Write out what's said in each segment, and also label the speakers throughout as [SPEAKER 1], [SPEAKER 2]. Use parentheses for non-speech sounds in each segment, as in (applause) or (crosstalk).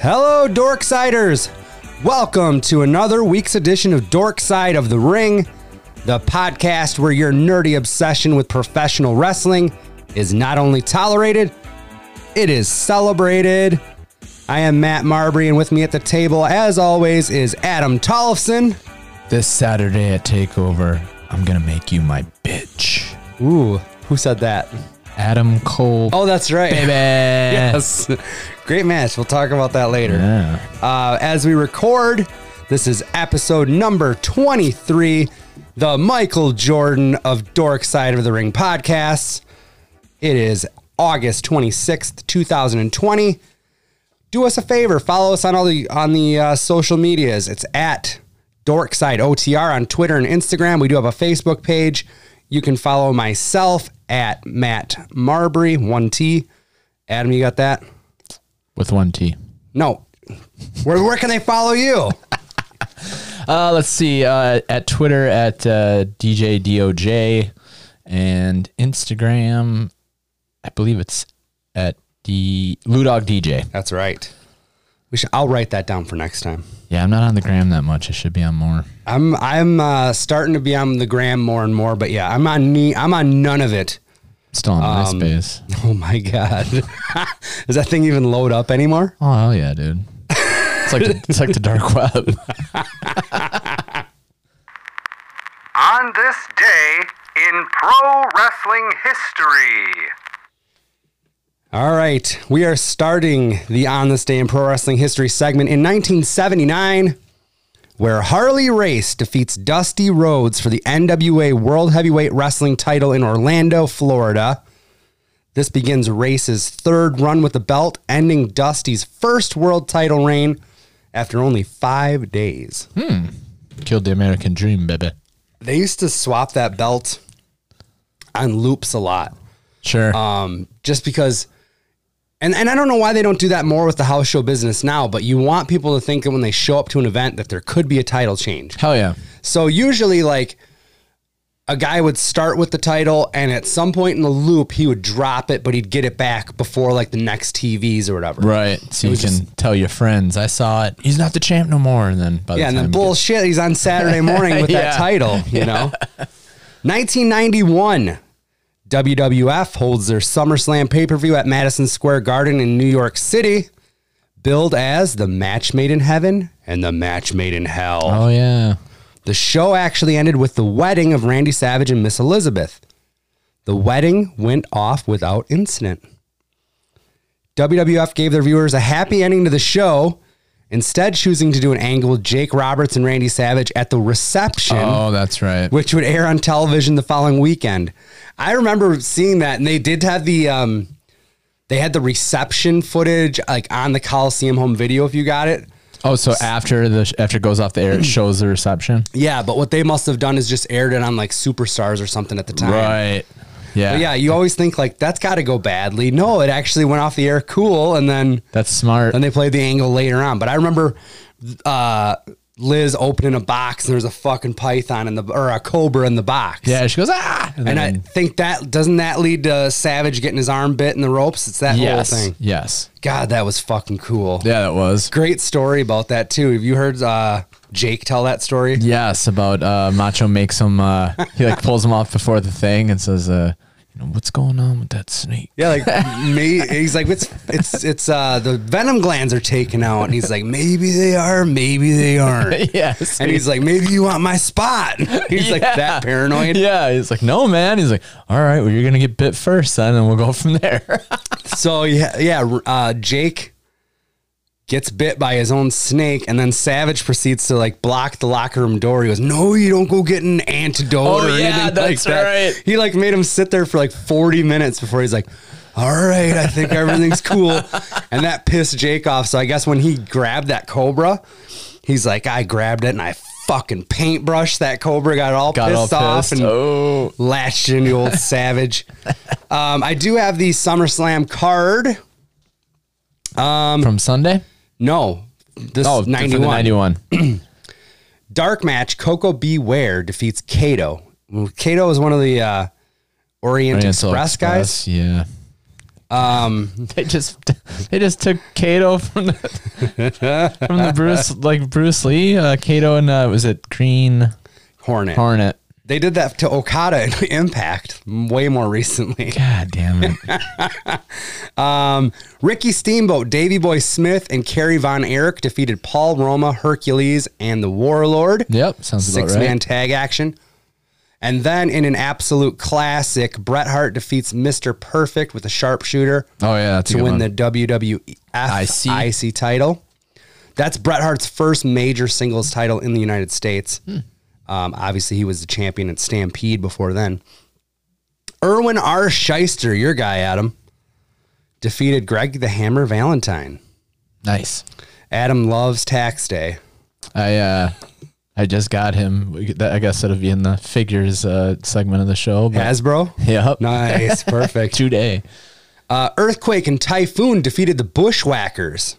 [SPEAKER 1] Hello, Dorksiders! Welcome to another week's edition of Dorkside of the Ring, the podcast where your nerdy obsession with professional wrestling is not only tolerated, it is celebrated. I am Matt Marbury, and with me at the table, as always, is Adam Tollefson.
[SPEAKER 2] This Saturday at Takeover, I'm gonna make you my bitch.
[SPEAKER 1] Ooh, who said that?
[SPEAKER 2] Adam Cole.
[SPEAKER 1] Oh, that's (laughs) right.
[SPEAKER 2] baby.
[SPEAKER 1] Yes. (laughs) Great match. We'll talk about that later.
[SPEAKER 2] Yeah.
[SPEAKER 1] Uh, as we record, this is episode number 23, the Michael Jordan of Dork Side of the Ring podcast. It is August 26th, 2020. Do us a favor, follow us on all the on the uh, social medias. It's at Dorkside OTR on Twitter and Instagram. We do have a Facebook page. You can follow myself at Matt Marbury, 1T. Adam, you got that?
[SPEAKER 2] With one T.
[SPEAKER 1] No. Where, where can they follow you?
[SPEAKER 2] Uh, let's see. Uh, at Twitter at uh, DJ DOJ and Instagram, I believe it's at the Ludog DJ.
[SPEAKER 1] That's right. We should. I'll write that down for next time.
[SPEAKER 2] Yeah, I'm not on the gram that much. I should be on more.
[SPEAKER 1] I'm I'm uh, starting to be on the gram more and more, but yeah, I'm on ne- I'm on none of it.
[SPEAKER 2] Still on MySpace.
[SPEAKER 1] Oh my god, (laughs) does that thing even load up anymore?
[SPEAKER 2] Oh hell yeah, dude. It's like the, it's like the dark (laughs) web.
[SPEAKER 3] On this day in pro wrestling history.
[SPEAKER 1] All right, we are starting the on this day in pro wrestling history segment in 1979, where Harley Race defeats Dusty Rhodes for the NWA World Heavyweight Wrestling title in Orlando, Florida. This begins Race's third run with the belt, ending Dusty's first world title reign after only five days.
[SPEAKER 2] Killed the American dream, baby.
[SPEAKER 1] They used to swap that belt on loops a lot.
[SPEAKER 2] Sure.
[SPEAKER 1] um, just because and, and I don't know why they don't do that more with the house show business now, but you want people to think that when they show up to an event that there could be a title change.
[SPEAKER 2] Hell yeah.
[SPEAKER 1] So usually like a guy would start with the title and at some point in the loop he would drop it, but he'd get it back before like the next TVs or whatever.
[SPEAKER 2] Right. So you can tell your friends, I saw it. He's not the champ no more. And then by
[SPEAKER 1] Yeah, and
[SPEAKER 2] the time
[SPEAKER 1] then
[SPEAKER 2] you get-
[SPEAKER 1] bullshit, he's on Saturday morning with that
[SPEAKER 2] (laughs) Yeah.
[SPEAKER 1] title, you know? 1991, WWF holds their SummerSlam pay per view at Madison Square Garden in New York City, billed as the match made in heaven and the match made in hell.
[SPEAKER 2] Oh yeah.
[SPEAKER 1] The show actually ended with the wedding of Randy Savage and Miss Elizabeth. The wedding went off without incident. WWF gave their viewers a happy ending to the show, instead, choosing to do an angle with Jake Roberts and Randy Savage at the reception,
[SPEAKER 2] Oh, that's right.
[SPEAKER 1] which would air on television the following weekend. I remember seeing that, and they did have the. Um, they had the reception footage like on the Coliseum home video if you got it.
[SPEAKER 2] Oh, so after the after it goes off the air,
[SPEAKER 1] (clears throat)
[SPEAKER 2] it shows the reception.
[SPEAKER 1] Yeah, but what they must have done is just aired it on like superstars or something at the time.
[SPEAKER 2] Right. Yeah.
[SPEAKER 1] But yeah, you always think like that's got to go badly. No, it actually went off the air cool, and then
[SPEAKER 2] That's smart.
[SPEAKER 1] then they played the angle later on. But I remember uh, Liz opening a box and there's a fucking python in the or a cobra in the box.
[SPEAKER 2] yeah. She goes ah.
[SPEAKER 1] and I think that doesn't that lead to Savage getting his arm bit in the ropes. It's that
[SPEAKER 2] yes.
[SPEAKER 1] whole thing.
[SPEAKER 2] Yes.
[SPEAKER 1] God, that was fucking cool.
[SPEAKER 2] Yeah, that was.
[SPEAKER 1] Great story about that too. Have you heard uh, Jake tell that story?
[SPEAKER 2] Yes, about uh, Macho makes him. Uh,
[SPEAKER 1] (laughs)
[SPEAKER 2] he like pulls him off before the thing and says, uh, "You know what's going on with that snake?" (laughs)
[SPEAKER 1] Yeah, like may, he's like it's it's it's uh the venom glands are taken out, and he's like maybe they are, maybe they
[SPEAKER 2] (laughs)
[SPEAKER 1] aren't.
[SPEAKER 2] yes.
[SPEAKER 1] And he's like, maybe you want my spot. (laughs) He's like
[SPEAKER 2] Yeah.
[SPEAKER 1] that paranoid.
[SPEAKER 2] Yeah, he's like, no, man. He's like, all right, well, you're gonna get bit first, son, and we'll go from there. (laughs)
[SPEAKER 1] So yeah, yeah. Uh, Jake gets bit by his own snake, and then Savage proceeds to like block the locker room door. He goes, "No, you don't go get an antidote
[SPEAKER 2] Oh,
[SPEAKER 1] or
[SPEAKER 2] yeah,
[SPEAKER 1] anything like
[SPEAKER 2] that's
[SPEAKER 1] that."
[SPEAKER 2] right.
[SPEAKER 1] He like made him sit there for like forty minutes before he's like. All right, I think everything's cool. (laughs) And that pissed Jake off. So I guess when he grabbed that cobra, he's like, I grabbed it and I fucking paintbrushed that cobra, got all
[SPEAKER 2] Got all
[SPEAKER 1] pissed off
[SPEAKER 2] pissed.
[SPEAKER 1] and
[SPEAKER 2] oh,
[SPEAKER 1] latched into (laughs) old Savage. Um, I do have the SummerSlam card.
[SPEAKER 2] from Sunday.
[SPEAKER 1] No, um, this
[SPEAKER 2] Oh,
[SPEAKER 1] is 91.
[SPEAKER 2] ninety-one.
[SPEAKER 1] Dark match, Coco Beware defeats Kato. Well, Kato is one of the uh, Orient,
[SPEAKER 2] Oriental
[SPEAKER 1] Express, guys.
[SPEAKER 2] Yeah.
[SPEAKER 1] Um,
[SPEAKER 2] (laughs) They just they just took Kato from the from the (laughs) Bruce like Bruce Lee. Uh, Kato and uh, was it Green
[SPEAKER 1] Hornet.
[SPEAKER 2] Hornet?
[SPEAKER 1] They did that to Okada in (laughs) Impact way more recently.
[SPEAKER 2] God damn it!
[SPEAKER 1] (laughs) Ricky Steamboat, Davy Boy Smith, and Kerry Von Erich defeated Paul Roma, Hercules, and the Warlord.
[SPEAKER 2] yep, sounds
[SPEAKER 1] Six
[SPEAKER 2] about right.
[SPEAKER 1] man tag action. And then in an absolute classic, Bret Hart defeats Mr. Perfect with a sharpshooter
[SPEAKER 2] Oh yeah, that's a
[SPEAKER 1] to
[SPEAKER 2] good
[SPEAKER 1] win
[SPEAKER 2] one.
[SPEAKER 1] the WWF
[SPEAKER 2] IC.
[SPEAKER 1] IC title. That's Bret Hart's first major singles title in the United States.
[SPEAKER 2] Hmm.
[SPEAKER 1] Um, obviously, he was the champion at Stampede before then. Erwin R. Scheister, your guy, Adam, defeated Greg the Hammer Valentine.
[SPEAKER 2] nice.
[SPEAKER 1] Adam loves tax day.
[SPEAKER 2] I uh, I just got him. We- that- I guess it'll be in the figures uh, segment of the show. But, (laughs)
[SPEAKER 1] Hasbro?
[SPEAKER 2] Yep. (laughs)
[SPEAKER 1] Nice. Perfect.
[SPEAKER 2] today.
[SPEAKER 1] Uh, earthquake and typhoon defeated the Bushwhackers.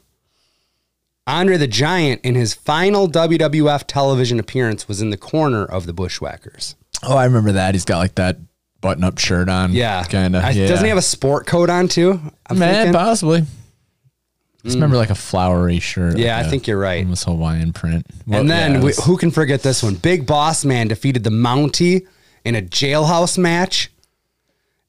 [SPEAKER 1] Andre the Giant, in his final WWF television appearance, was in the corner of the Bushwhackers.
[SPEAKER 2] Oh, I remember that. He's got like that button-up shirt on.
[SPEAKER 1] Yeah,
[SPEAKER 2] kind
[SPEAKER 1] I-
[SPEAKER 2] of. Yeah.
[SPEAKER 1] Doesn't he have a sport coat on too? I'm
[SPEAKER 2] man?
[SPEAKER 1] thinking.
[SPEAKER 2] Possibly. Just remember like a flowery shirt.
[SPEAKER 1] Hmm. Yeah,
[SPEAKER 2] like
[SPEAKER 1] I
[SPEAKER 2] a-
[SPEAKER 1] think you're right.
[SPEAKER 2] Almost Hawaiian print. Well,
[SPEAKER 1] And then
[SPEAKER 2] yeah,
[SPEAKER 1] we,
[SPEAKER 2] that's-
[SPEAKER 1] who can forget this one? Big Boss Man defeated the Mountie in a jailhouse match.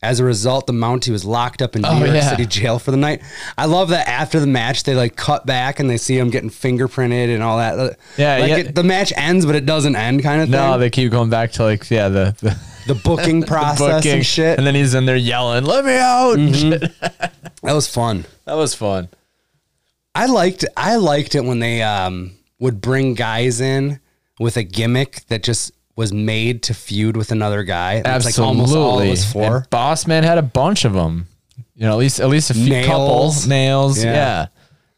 [SPEAKER 1] As a result, the Mountie was locked up in New
[SPEAKER 2] Oh,
[SPEAKER 1] York
[SPEAKER 2] yeah.
[SPEAKER 1] City jail for the night. I love that after the match they like cut back and they see him getting fingerprinted and all that. Uh,
[SPEAKER 2] Yeah,
[SPEAKER 1] like
[SPEAKER 2] yeah.
[SPEAKER 1] It, the match ends but it doesn't end kind of thing.
[SPEAKER 2] no, they keep going back to like yeah the the, (laughs)
[SPEAKER 1] the booking
[SPEAKER 2] the
[SPEAKER 1] process
[SPEAKER 2] booking
[SPEAKER 1] and shit. Mm-hmm.
[SPEAKER 2] and then he's in there yelling, "Let me out!" and shit.
[SPEAKER 1] that was fun.
[SPEAKER 2] (laughs) That was fun.
[SPEAKER 1] I liked I liked it when they um, would bring guys in with a gimmick that just was made to feud with another guy. That's like
[SPEAKER 2] Absolutely.
[SPEAKER 1] almost all it was for.
[SPEAKER 2] And Boss Man had a bunch of them. You know, at least at least a few
[SPEAKER 1] Nails.
[SPEAKER 2] couples, nails.
[SPEAKER 1] Yeah.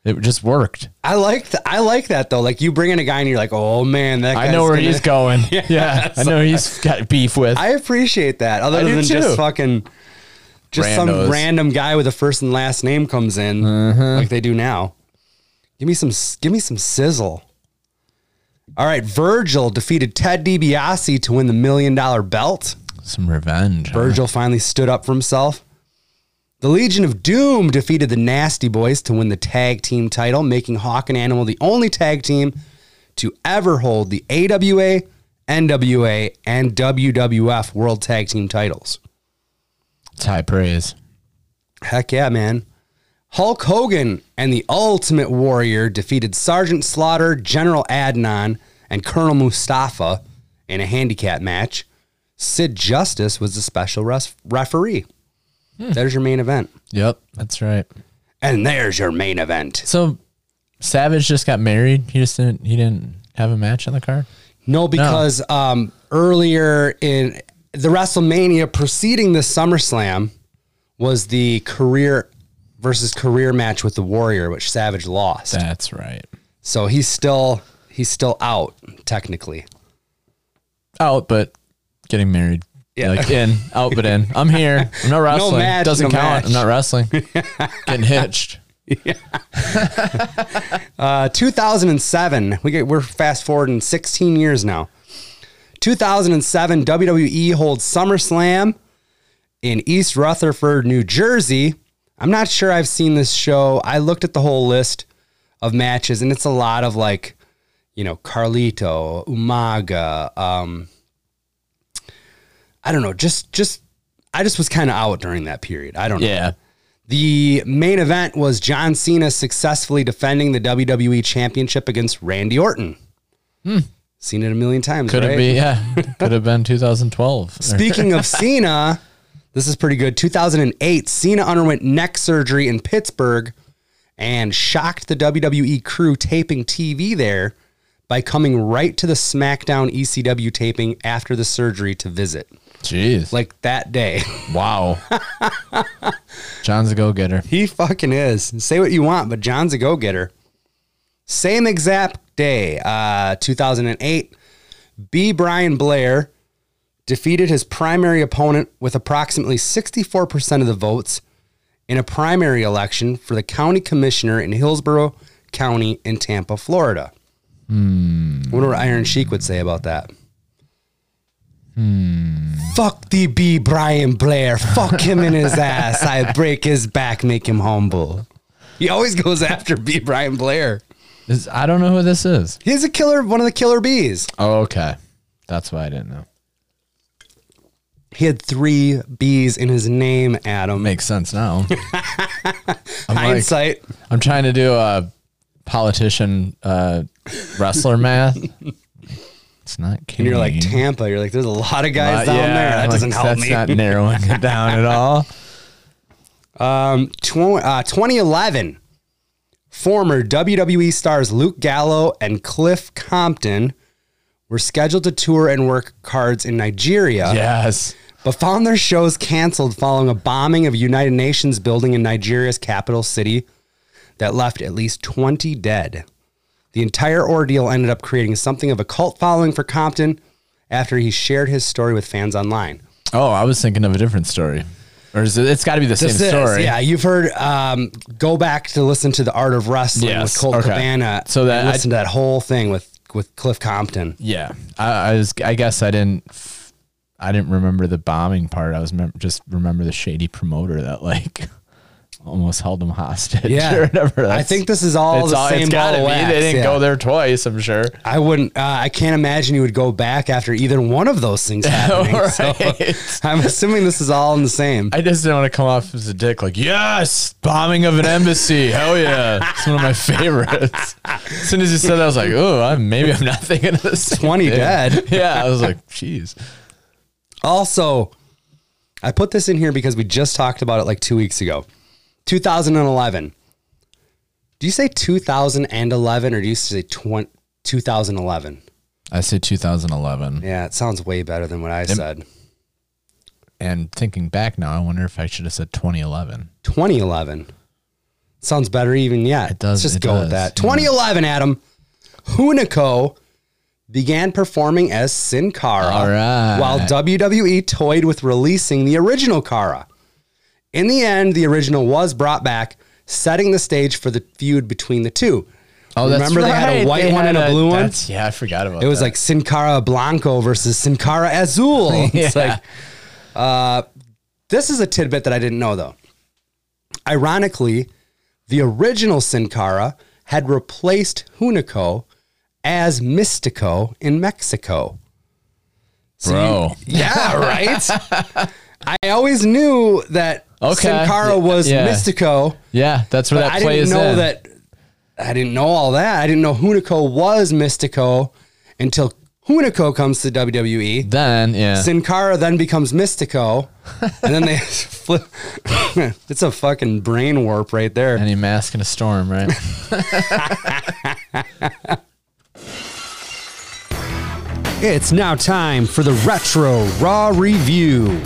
[SPEAKER 2] Yeah. It just worked.
[SPEAKER 1] I like th- I like that though. Like you bring in a guy and you're like, oh man, that
[SPEAKER 2] I
[SPEAKER 1] guy's
[SPEAKER 2] know where
[SPEAKER 1] gonna-
[SPEAKER 2] he's going. (laughs) yeah. I know he's got beef with.
[SPEAKER 1] I appreciate that. Other
[SPEAKER 2] I do
[SPEAKER 1] than just
[SPEAKER 2] too.
[SPEAKER 1] fucking just some
[SPEAKER 2] Randos. Uh-huh.
[SPEAKER 1] random guy with a first and last name comes in like they do now. Give me some s- give me some sizzle. All right, Virgil defeated Ted DiBiase to win the million dollar belt.
[SPEAKER 2] Some revenge. huh?
[SPEAKER 1] Virgil finally stood up for himself. The Legion of Doom defeated the Nasty Boys to win the tag team title, making Hawk and Animal the only tag team to ever hold the AWA, NWA, and WWF World Tag Team titles.
[SPEAKER 2] It's high praise.
[SPEAKER 1] Heck yeah, man. Hulk Hogan and the Ultimate Warrior defeated Sergeant Slaughter, General Adnan, and Colonel Mustafa in a handicap match. Sid Justice was the special res- referee. There's your main event.
[SPEAKER 2] Yep. That's right.
[SPEAKER 1] And there's your main event.
[SPEAKER 2] So Savage just got married. He just didn't he didn't have a match on the card.
[SPEAKER 1] No, because Um, earlier in the WrestleMania preceding the SummerSlam was the career versus career match with the Warrior, which Savage lost.
[SPEAKER 2] That's right.
[SPEAKER 1] So he's still he's still out technically.
[SPEAKER 2] Out but getting married.
[SPEAKER 1] Yeah.
[SPEAKER 2] Like in, out but in. I'm here. I'm not wrestling.
[SPEAKER 1] match, (laughs)
[SPEAKER 2] Doesn't
[SPEAKER 1] no
[SPEAKER 2] count.
[SPEAKER 1] match.
[SPEAKER 2] I'm
[SPEAKER 1] (laughs)
[SPEAKER 2] not wrestling. getting hitched.
[SPEAKER 1] Uh, 2007. We get we're fast forwarding 16 years now. 2007 WWE E holds SummerSlam in East Rutherford, New Jersey. I'm not sure I've seen this show. I looked at the whole list of matches and it's a lot of like, you know, Carlito, Umaga, um I don't know, just just I just was kind of out during that period. I don't know.
[SPEAKER 2] Yeah.
[SPEAKER 1] The main event was John Cena successfully defending the WWE Championship against Randy Orton. Seen it a million times.
[SPEAKER 2] Could
[SPEAKER 1] right?
[SPEAKER 2] have been, yeah. Could have been 2012.
[SPEAKER 1] Speaking of Cena, this is pretty good. 2008, Cena underwent neck surgery in Pittsburgh and shocked the WWE crew taping TV there by coming right to the SmackDown ECW taping after the surgery to visit.
[SPEAKER 2] (laughs) Jeez.
[SPEAKER 1] Like that day. (laughs)
[SPEAKER 2] wow. (laughs) John's a go getter.
[SPEAKER 1] He fucking is. Say what you want, but John's a go getter. Same exact day, uh, 2008, B. Brian Blair defeated his primary opponent with approximately 64% of the votes in a primary election for the county commissioner in Hillsborough County in Tampa, Florida. I wonder what Iron Sheik would say about that. Fuck DB Brian Blair. Fuck him in his ass. I break his back, make him humble. He always goes after B Brian Blair.
[SPEAKER 2] This, I don't know who this is.
[SPEAKER 1] He's a killer, one of the killer bees.
[SPEAKER 2] Oh, okay. That's why I didn't know.
[SPEAKER 1] He had three B's in his name, Adam.
[SPEAKER 2] Makes sense now. I'm, like-
[SPEAKER 1] Hindsight.
[SPEAKER 2] (laughs) I'm trying to do a politician uh, wrestler math. It's not.
[SPEAKER 1] and you're like
[SPEAKER 2] Kane.
[SPEAKER 1] Tampa. You're like, there's a lot of guys
[SPEAKER 2] Uh,
[SPEAKER 1] down
[SPEAKER 2] Mm-hmm. yeah,
[SPEAKER 1] there. That
[SPEAKER 2] like,
[SPEAKER 1] doesn't help
[SPEAKER 2] that's
[SPEAKER 1] me.
[SPEAKER 2] not narrowing it down at all.
[SPEAKER 1] Tw- uh, 2011, former WWE stars Luke Gallo and Cliff Compton were scheduled to tour and work cards in Nigeria,
[SPEAKER 2] (laughs) Yes.
[SPEAKER 1] but found their shows canceled following a bombing of a United Nations building in Nigeria's capital city that left at least 20 dead. The entire ordeal ended up creating something of a cult following for Compton after he shared his story with fans online.
[SPEAKER 2] Oh, I was thinking of a different story. Or is it, it's got to be the
[SPEAKER 1] This
[SPEAKER 2] same
[SPEAKER 1] is-
[SPEAKER 2] story.
[SPEAKER 1] Yeah, you've heard. Um, go back to listen to the Art of Wrestling
[SPEAKER 2] Yes,
[SPEAKER 1] with Colt
[SPEAKER 2] okay.
[SPEAKER 1] Cabana.
[SPEAKER 2] So that
[SPEAKER 1] and
[SPEAKER 2] I-
[SPEAKER 1] listen to that whole thing with with Cliff
[SPEAKER 2] (laughs)
[SPEAKER 1] Compton.
[SPEAKER 2] Yeah. I, I was. I guess I didn't. f- I didn't remember the bombing part. I was mem- just remember the shady promoter that like (laughs) almost held him hostage. or whatever.
[SPEAKER 1] I
[SPEAKER 2] That's-
[SPEAKER 1] think this is all
[SPEAKER 2] it's
[SPEAKER 1] the
[SPEAKER 2] all-
[SPEAKER 1] same.
[SPEAKER 2] it's
[SPEAKER 1] ball
[SPEAKER 2] gotta
[SPEAKER 1] of
[SPEAKER 2] be.
[SPEAKER 1] wax,
[SPEAKER 2] They didn't
[SPEAKER 1] yeah.
[SPEAKER 2] go there twice. I'm sure.
[SPEAKER 1] I wouldn't. Uh, I can't imagine you would go back after either one of those things happening.
[SPEAKER 2] (laughs)
[SPEAKER 1] So
[SPEAKER 2] Right.
[SPEAKER 1] (laughs) I'm assuming this is all in the same.
[SPEAKER 2] I just didn't want to come off as a dick. Like, yes, bombing of an embassy. Hell yeah, it's one of my favorites. As soon as you said that, I was like, oh, I, maybe I'm not thinking of this.
[SPEAKER 1] 20 dead.
[SPEAKER 2] (laughs) Yeah, I was like, jeez.
[SPEAKER 1] Also, I put this in here because we just talked about it like two weeks ago. 2011. Do you say 2011 or do you say 20, 2011?
[SPEAKER 2] I say 2011.
[SPEAKER 1] Yeah, it sounds way better than what I said.
[SPEAKER 2] And thinking back now, I wonder if I should have said 2011.
[SPEAKER 1] 2011 sounds better even yet.
[SPEAKER 2] It does,
[SPEAKER 1] Let's just
[SPEAKER 2] it
[SPEAKER 1] go with
[SPEAKER 2] does, Mm-hmm.
[SPEAKER 1] that.
[SPEAKER 2] yeah.
[SPEAKER 1] 2011, Adam Hunico began performing as Sin Cara,
[SPEAKER 2] All right.
[SPEAKER 1] while WWE toyed with releasing the original Cara. In the end, the original was brought back, setting the stage for the feud between the two.
[SPEAKER 2] Oh,
[SPEAKER 1] Remember Oh, they had a white one and a blue one.
[SPEAKER 2] that's- Yeah, I forgot about
[SPEAKER 1] It was
[SPEAKER 2] that.
[SPEAKER 1] like Sin Cara Blanco versus Sin Cara Azul.
[SPEAKER 2] (laughs)
[SPEAKER 1] It's like, uh, this is a tidbit that I didn't know though. Ironically, the original Sin Cara had replaced Hunico as Mystico in Mexico. So you-
[SPEAKER 2] Bro. (laughs)
[SPEAKER 1] yeah, right? I always knew that
[SPEAKER 2] Okay.
[SPEAKER 1] Sin Cara was
[SPEAKER 2] Yeah.
[SPEAKER 1] Mystico.
[SPEAKER 2] Yeah, that's where
[SPEAKER 1] But
[SPEAKER 2] that
[SPEAKER 1] I
[SPEAKER 2] plays
[SPEAKER 1] didn't know
[SPEAKER 2] in.
[SPEAKER 1] that. I didn't know all that. I didn't know Hunico was Mystico until Hunico comes to WWE.
[SPEAKER 2] Then, yeah.
[SPEAKER 1] Sin Cara then becomes Mystico, and then they (laughs) flip. it's a fucking brain warp right there.
[SPEAKER 2] Any mask in a storm, right? (laughs)
[SPEAKER 1] It's now time for the retro raw review.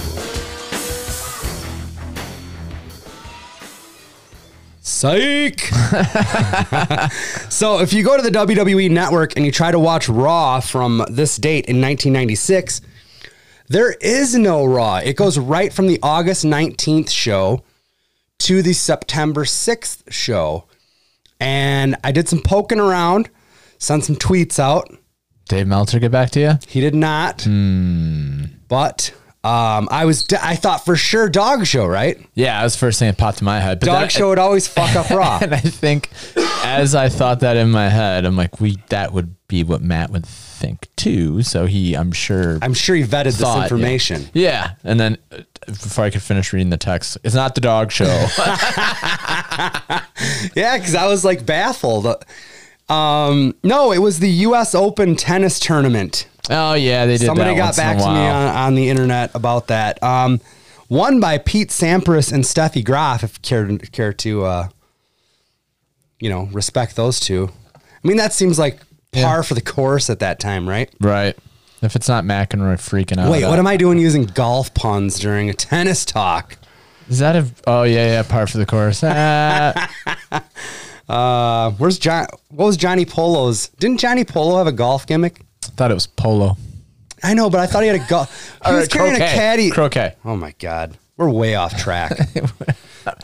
[SPEAKER 1] Psych. (laughs) so, if you go to the WWE network and you try to watch Raw from this date in 1996, there is no Raw. It goes right from the August 19th show to the September 6th show. And I did some poking around, sent some tweets out.
[SPEAKER 2] Dave Meltzer, get back to you.
[SPEAKER 1] He did not. But um, I was I thought for sure dog show, right?
[SPEAKER 2] Yeah, that was the first thing that popped in my head. But
[SPEAKER 1] Dog
[SPEAKER 2] then-
[SPEAKER 1] show would always fuck up raw.
[SPEAKER 2] (laughs) and I think as I thought that in my head, I'm like, we that would be what Matt would think too. So he, I'm sure,
[SPEAKER 1] I'm sure he vetted this
[SPEAKER 2] thought,
[SPEAKER 1] information.
[SPEAKER 2] Yeah. Yeah. and then uh, before I could finish reading the text, it's not the dog show.
[SPEAKER 1] (laughs) Yeah, because I was like baffled. Um, no, it was the U.S. Open tennis tournament.
[SPEAKER 2] oh yeah, they did.
[SPEAKER 1] Somebody
[SPEAKER 2] that
[SPEAKER 1] got
[SPEAKER 2] once in a
[SPEAKER 1] back to me
[SPEAKER 2] while.
[SPEAKER 1] on, on the internet about that. Um, won by Pete Sampras and Steffi Graf. If you care to, care to uh, you know, respect those two. I mean, that seems like par for the course at that time, right?
[SPEAKER 2] right. If it's not McEnroy freaking out.
[SPEAKER 1] Wait, what am I doing using golf puns during a tennis talk?
[SPEAKER 2] Is that a? Oh yeah, yeah. Par for the course. Ah,
[SPEAKER 1] Uh, where's John? What was Johnny Polo's? Didn't Johnny Polo have a golf gimmick?
[SPEAKER 2] thought it was polo.
[SPEAKER 1] I know, but I thought he had a golf. He
[SPEAKER 2] Or
[SPEAKER 1] was carrying
[SPEAKER 2] croquet.
[SPEAKER 1] a caddy.
[SPEAKER 2] Croquet. (laughs)
[SPEAKER 1] Oh my god, we're way off track.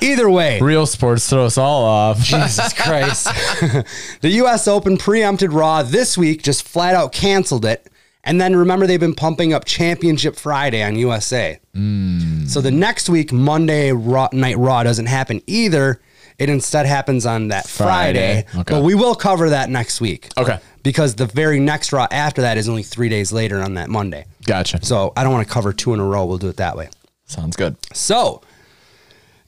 [SPEAKER 1] Either way,
[SPEAKER 2] Real sports throw us all off.
[SPEAKER 1] (laughs) Jesus Christ. (laughs) the US Open preempted Raw this week, just flat out canceled it. And then remember, they've been pumping up Championship Friday on USA.
[SPEAKER 2] Hmm.
[SPEAKER 1] So the next week, Monday Raw, Night Raw doesn't happen either. It instead happens on that Friday.
[SPEAKER 2] Friday. Okay.
[SPEAKER 1] But we will cover that next week.
[SPEAKER 2] Okay.
[SPEAKER 1] Because the very next Raw after that is only three days later on that Monday.
[SPEAKER 2] Gotcha.
[SPEAKER 1] So I don't want to cover two in a row. We'll do it that way.
[SPEAKER 2] Sounds good.
[SPEAKER 1] So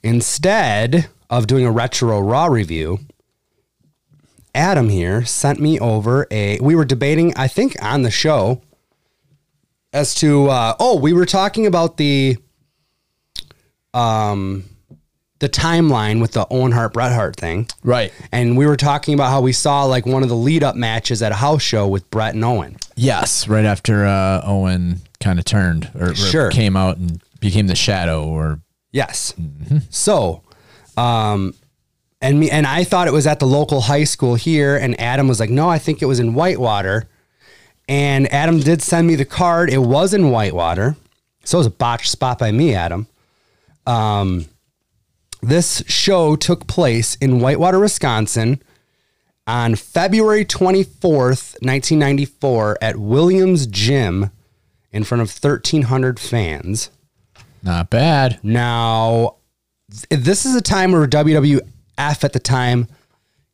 [SPEAKER 1] instead of doing a retro raw review, Adam here sent me over a. We were debating, I think, on the show as to. Uh, oh, we were talking about the, um, the timeline with the Owen Hart Bret Hart thing,
[SPEAKER 2] Right.
[SPEAKER 1] and we were talking about how we saw like one of the lead up matches at a house show with Bret and Owen.
[SPEAKER 2] Yes. Right after uh, Owen kind of turned or, or
[SPEAKER 1] Sure.
[SPEAKER 2] came out and became the shadow or
[SPEAKER 1] Yes. So, um, and me and I thought it was at the local high school here, and Adam was like, "No, I think it was in Whitewater." And Adam did send me the card. It was in Whitewater, so it was a botched spot by me, Adam. Um, this show took place in Whitewater, Wisconsin, on February twenty fourth, nineteen ninety four, at Williams Gym, in front of thirteen hundred fans.
[SPEAKER 2] not bad.
[SPEAKER 1] Now, th- this is a time where WWF at the time,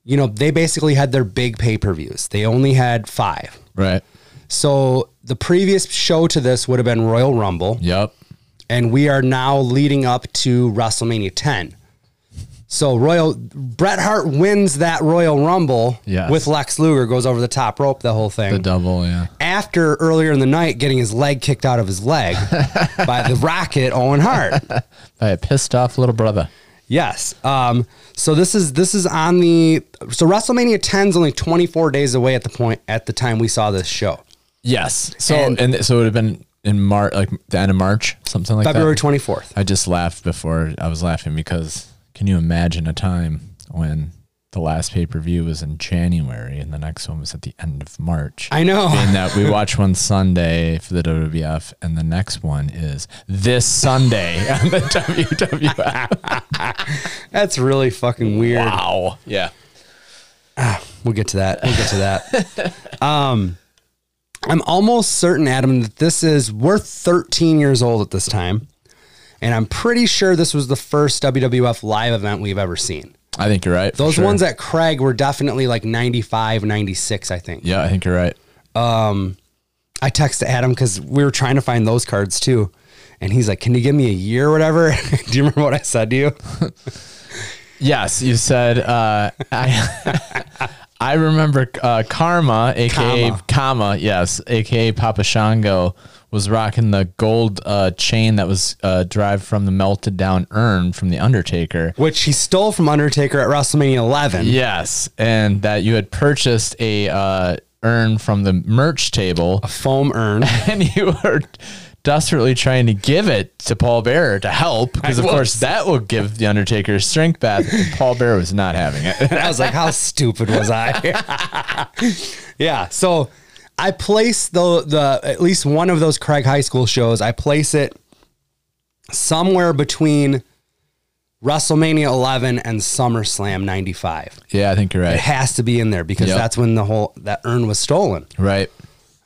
[SPEAKER 1] you know, they basically had their big pay per views. They only had five.
[SPEAKER 2] Right.
[SPEAKER 1] So the previous show to this would have been Royal Rumble,
[SPEAKER 2] Yep.
[SPEAKER 1] and we are now leading up to WrestleMania 10. So Royal Bret Hart wins that Royal Rumble
[SPEAKER 2] Yes.
[SPEAKER 1] with Lex Luger, goes over the top rope, the whole thing
[SPEAKER 2] The double. Yeah.
[SPEAKER 1] after earlier in the night getting his leg kicked out of his
[SPEAKER 2] (laughs)
[SPEAKER 1] leg by the Rocket Owen Hart.
[SPEAKER 2] By a pissed off little brother.
[SPEAKER 1] Yes. Um, so this is this is on the so WrestleMania 10 is only 24 days away at the point at the time we saw this show.
[SPEAKER 2] Yes. So
[SPEAKER 1] And-
[SPEAKER 2] and, so it would have been in March, like the end of March, something like
[SPEAKER 1] February
[SPEAKER 2] that.
[SPEAKER 1] 24th.
[SPEAKER 2] I just laughed before I was laughing because can you imagine a time when the last pay per view was in January and the next one was at the end of March?
[SPEAKER 1] I know.
[SPEAKER 2] and that we watch one Sunday for the WWF, and the next one is this Sunday on the (laughs) WWF.
[SPEAKER 1] (laughs) That's really fucking weird.
[SPEAKER 2] Wow. Yeah.
[SPEAKER 1] We'll get to that. We'll get to that.
[SPEAKER 2] (laughs)
[SPEAKER 1] um I'm almost certain Adam that this is we're 13 years old at this time. And I'm pretty sure this was the first WWF live event we've ever seen.
[SPEAKER 2] I think you're right. for
[SPEAKER 1] Those
[SPEAKER 2] sure.
[SPEAKER 1] ones at Craig were definitely like 95, 96, I think.
[SPEAKER 2] Yeah, I think you're right.
[SPEAKER 1] I texted Adam because we were trying to find those cards too. And he's like, Can you give me a year or whatever? (laughs) Do you remember what I said to you?
[SPEAKER 2] Yes, you said uh, I. (laughs) I remember uh, Karma, aka
[SPEAKER 1] Kama.
[SPEAKER 2] Kama. yes, aka Papa Shango, was rocking the gold uh, chain that was uh, derived from the melted down urn from the Undertaker.
[SPEAKER 1] Which he stole from Undertaker at WrestleMania 11.
[SPEAKER 2] Yes, and that you had purchased a uh, urn from the merch table,
[SPEAKER 1] Foam urn.
[SPEAKER 2] and you were desperately trying to give it to Paul Bearer to help, because of course that will give the Undertaker a strength bath. And Paul Bearer was not having
[SPEAKER 1] (laughs)
[SPEAKER 2] it.
[SPEAKER 1] (laughs) And I was like, How stupid was I? (laughs) yeah. So I place the, the at least one of those Craig High School shows, I place it somewhere between WrestleMania 11 and SummerSlam 95.
[SPEAKER 2] Yeah, I think you're
[SPEAKER 1] It
[SPEAKER 2] right.
[SPEAKER 1] has to be in there because
[SPEAKER 2] Yep.
[SPEAKER 1] that's when the whole that urn was stolen.
[SPEAKER 2] Right.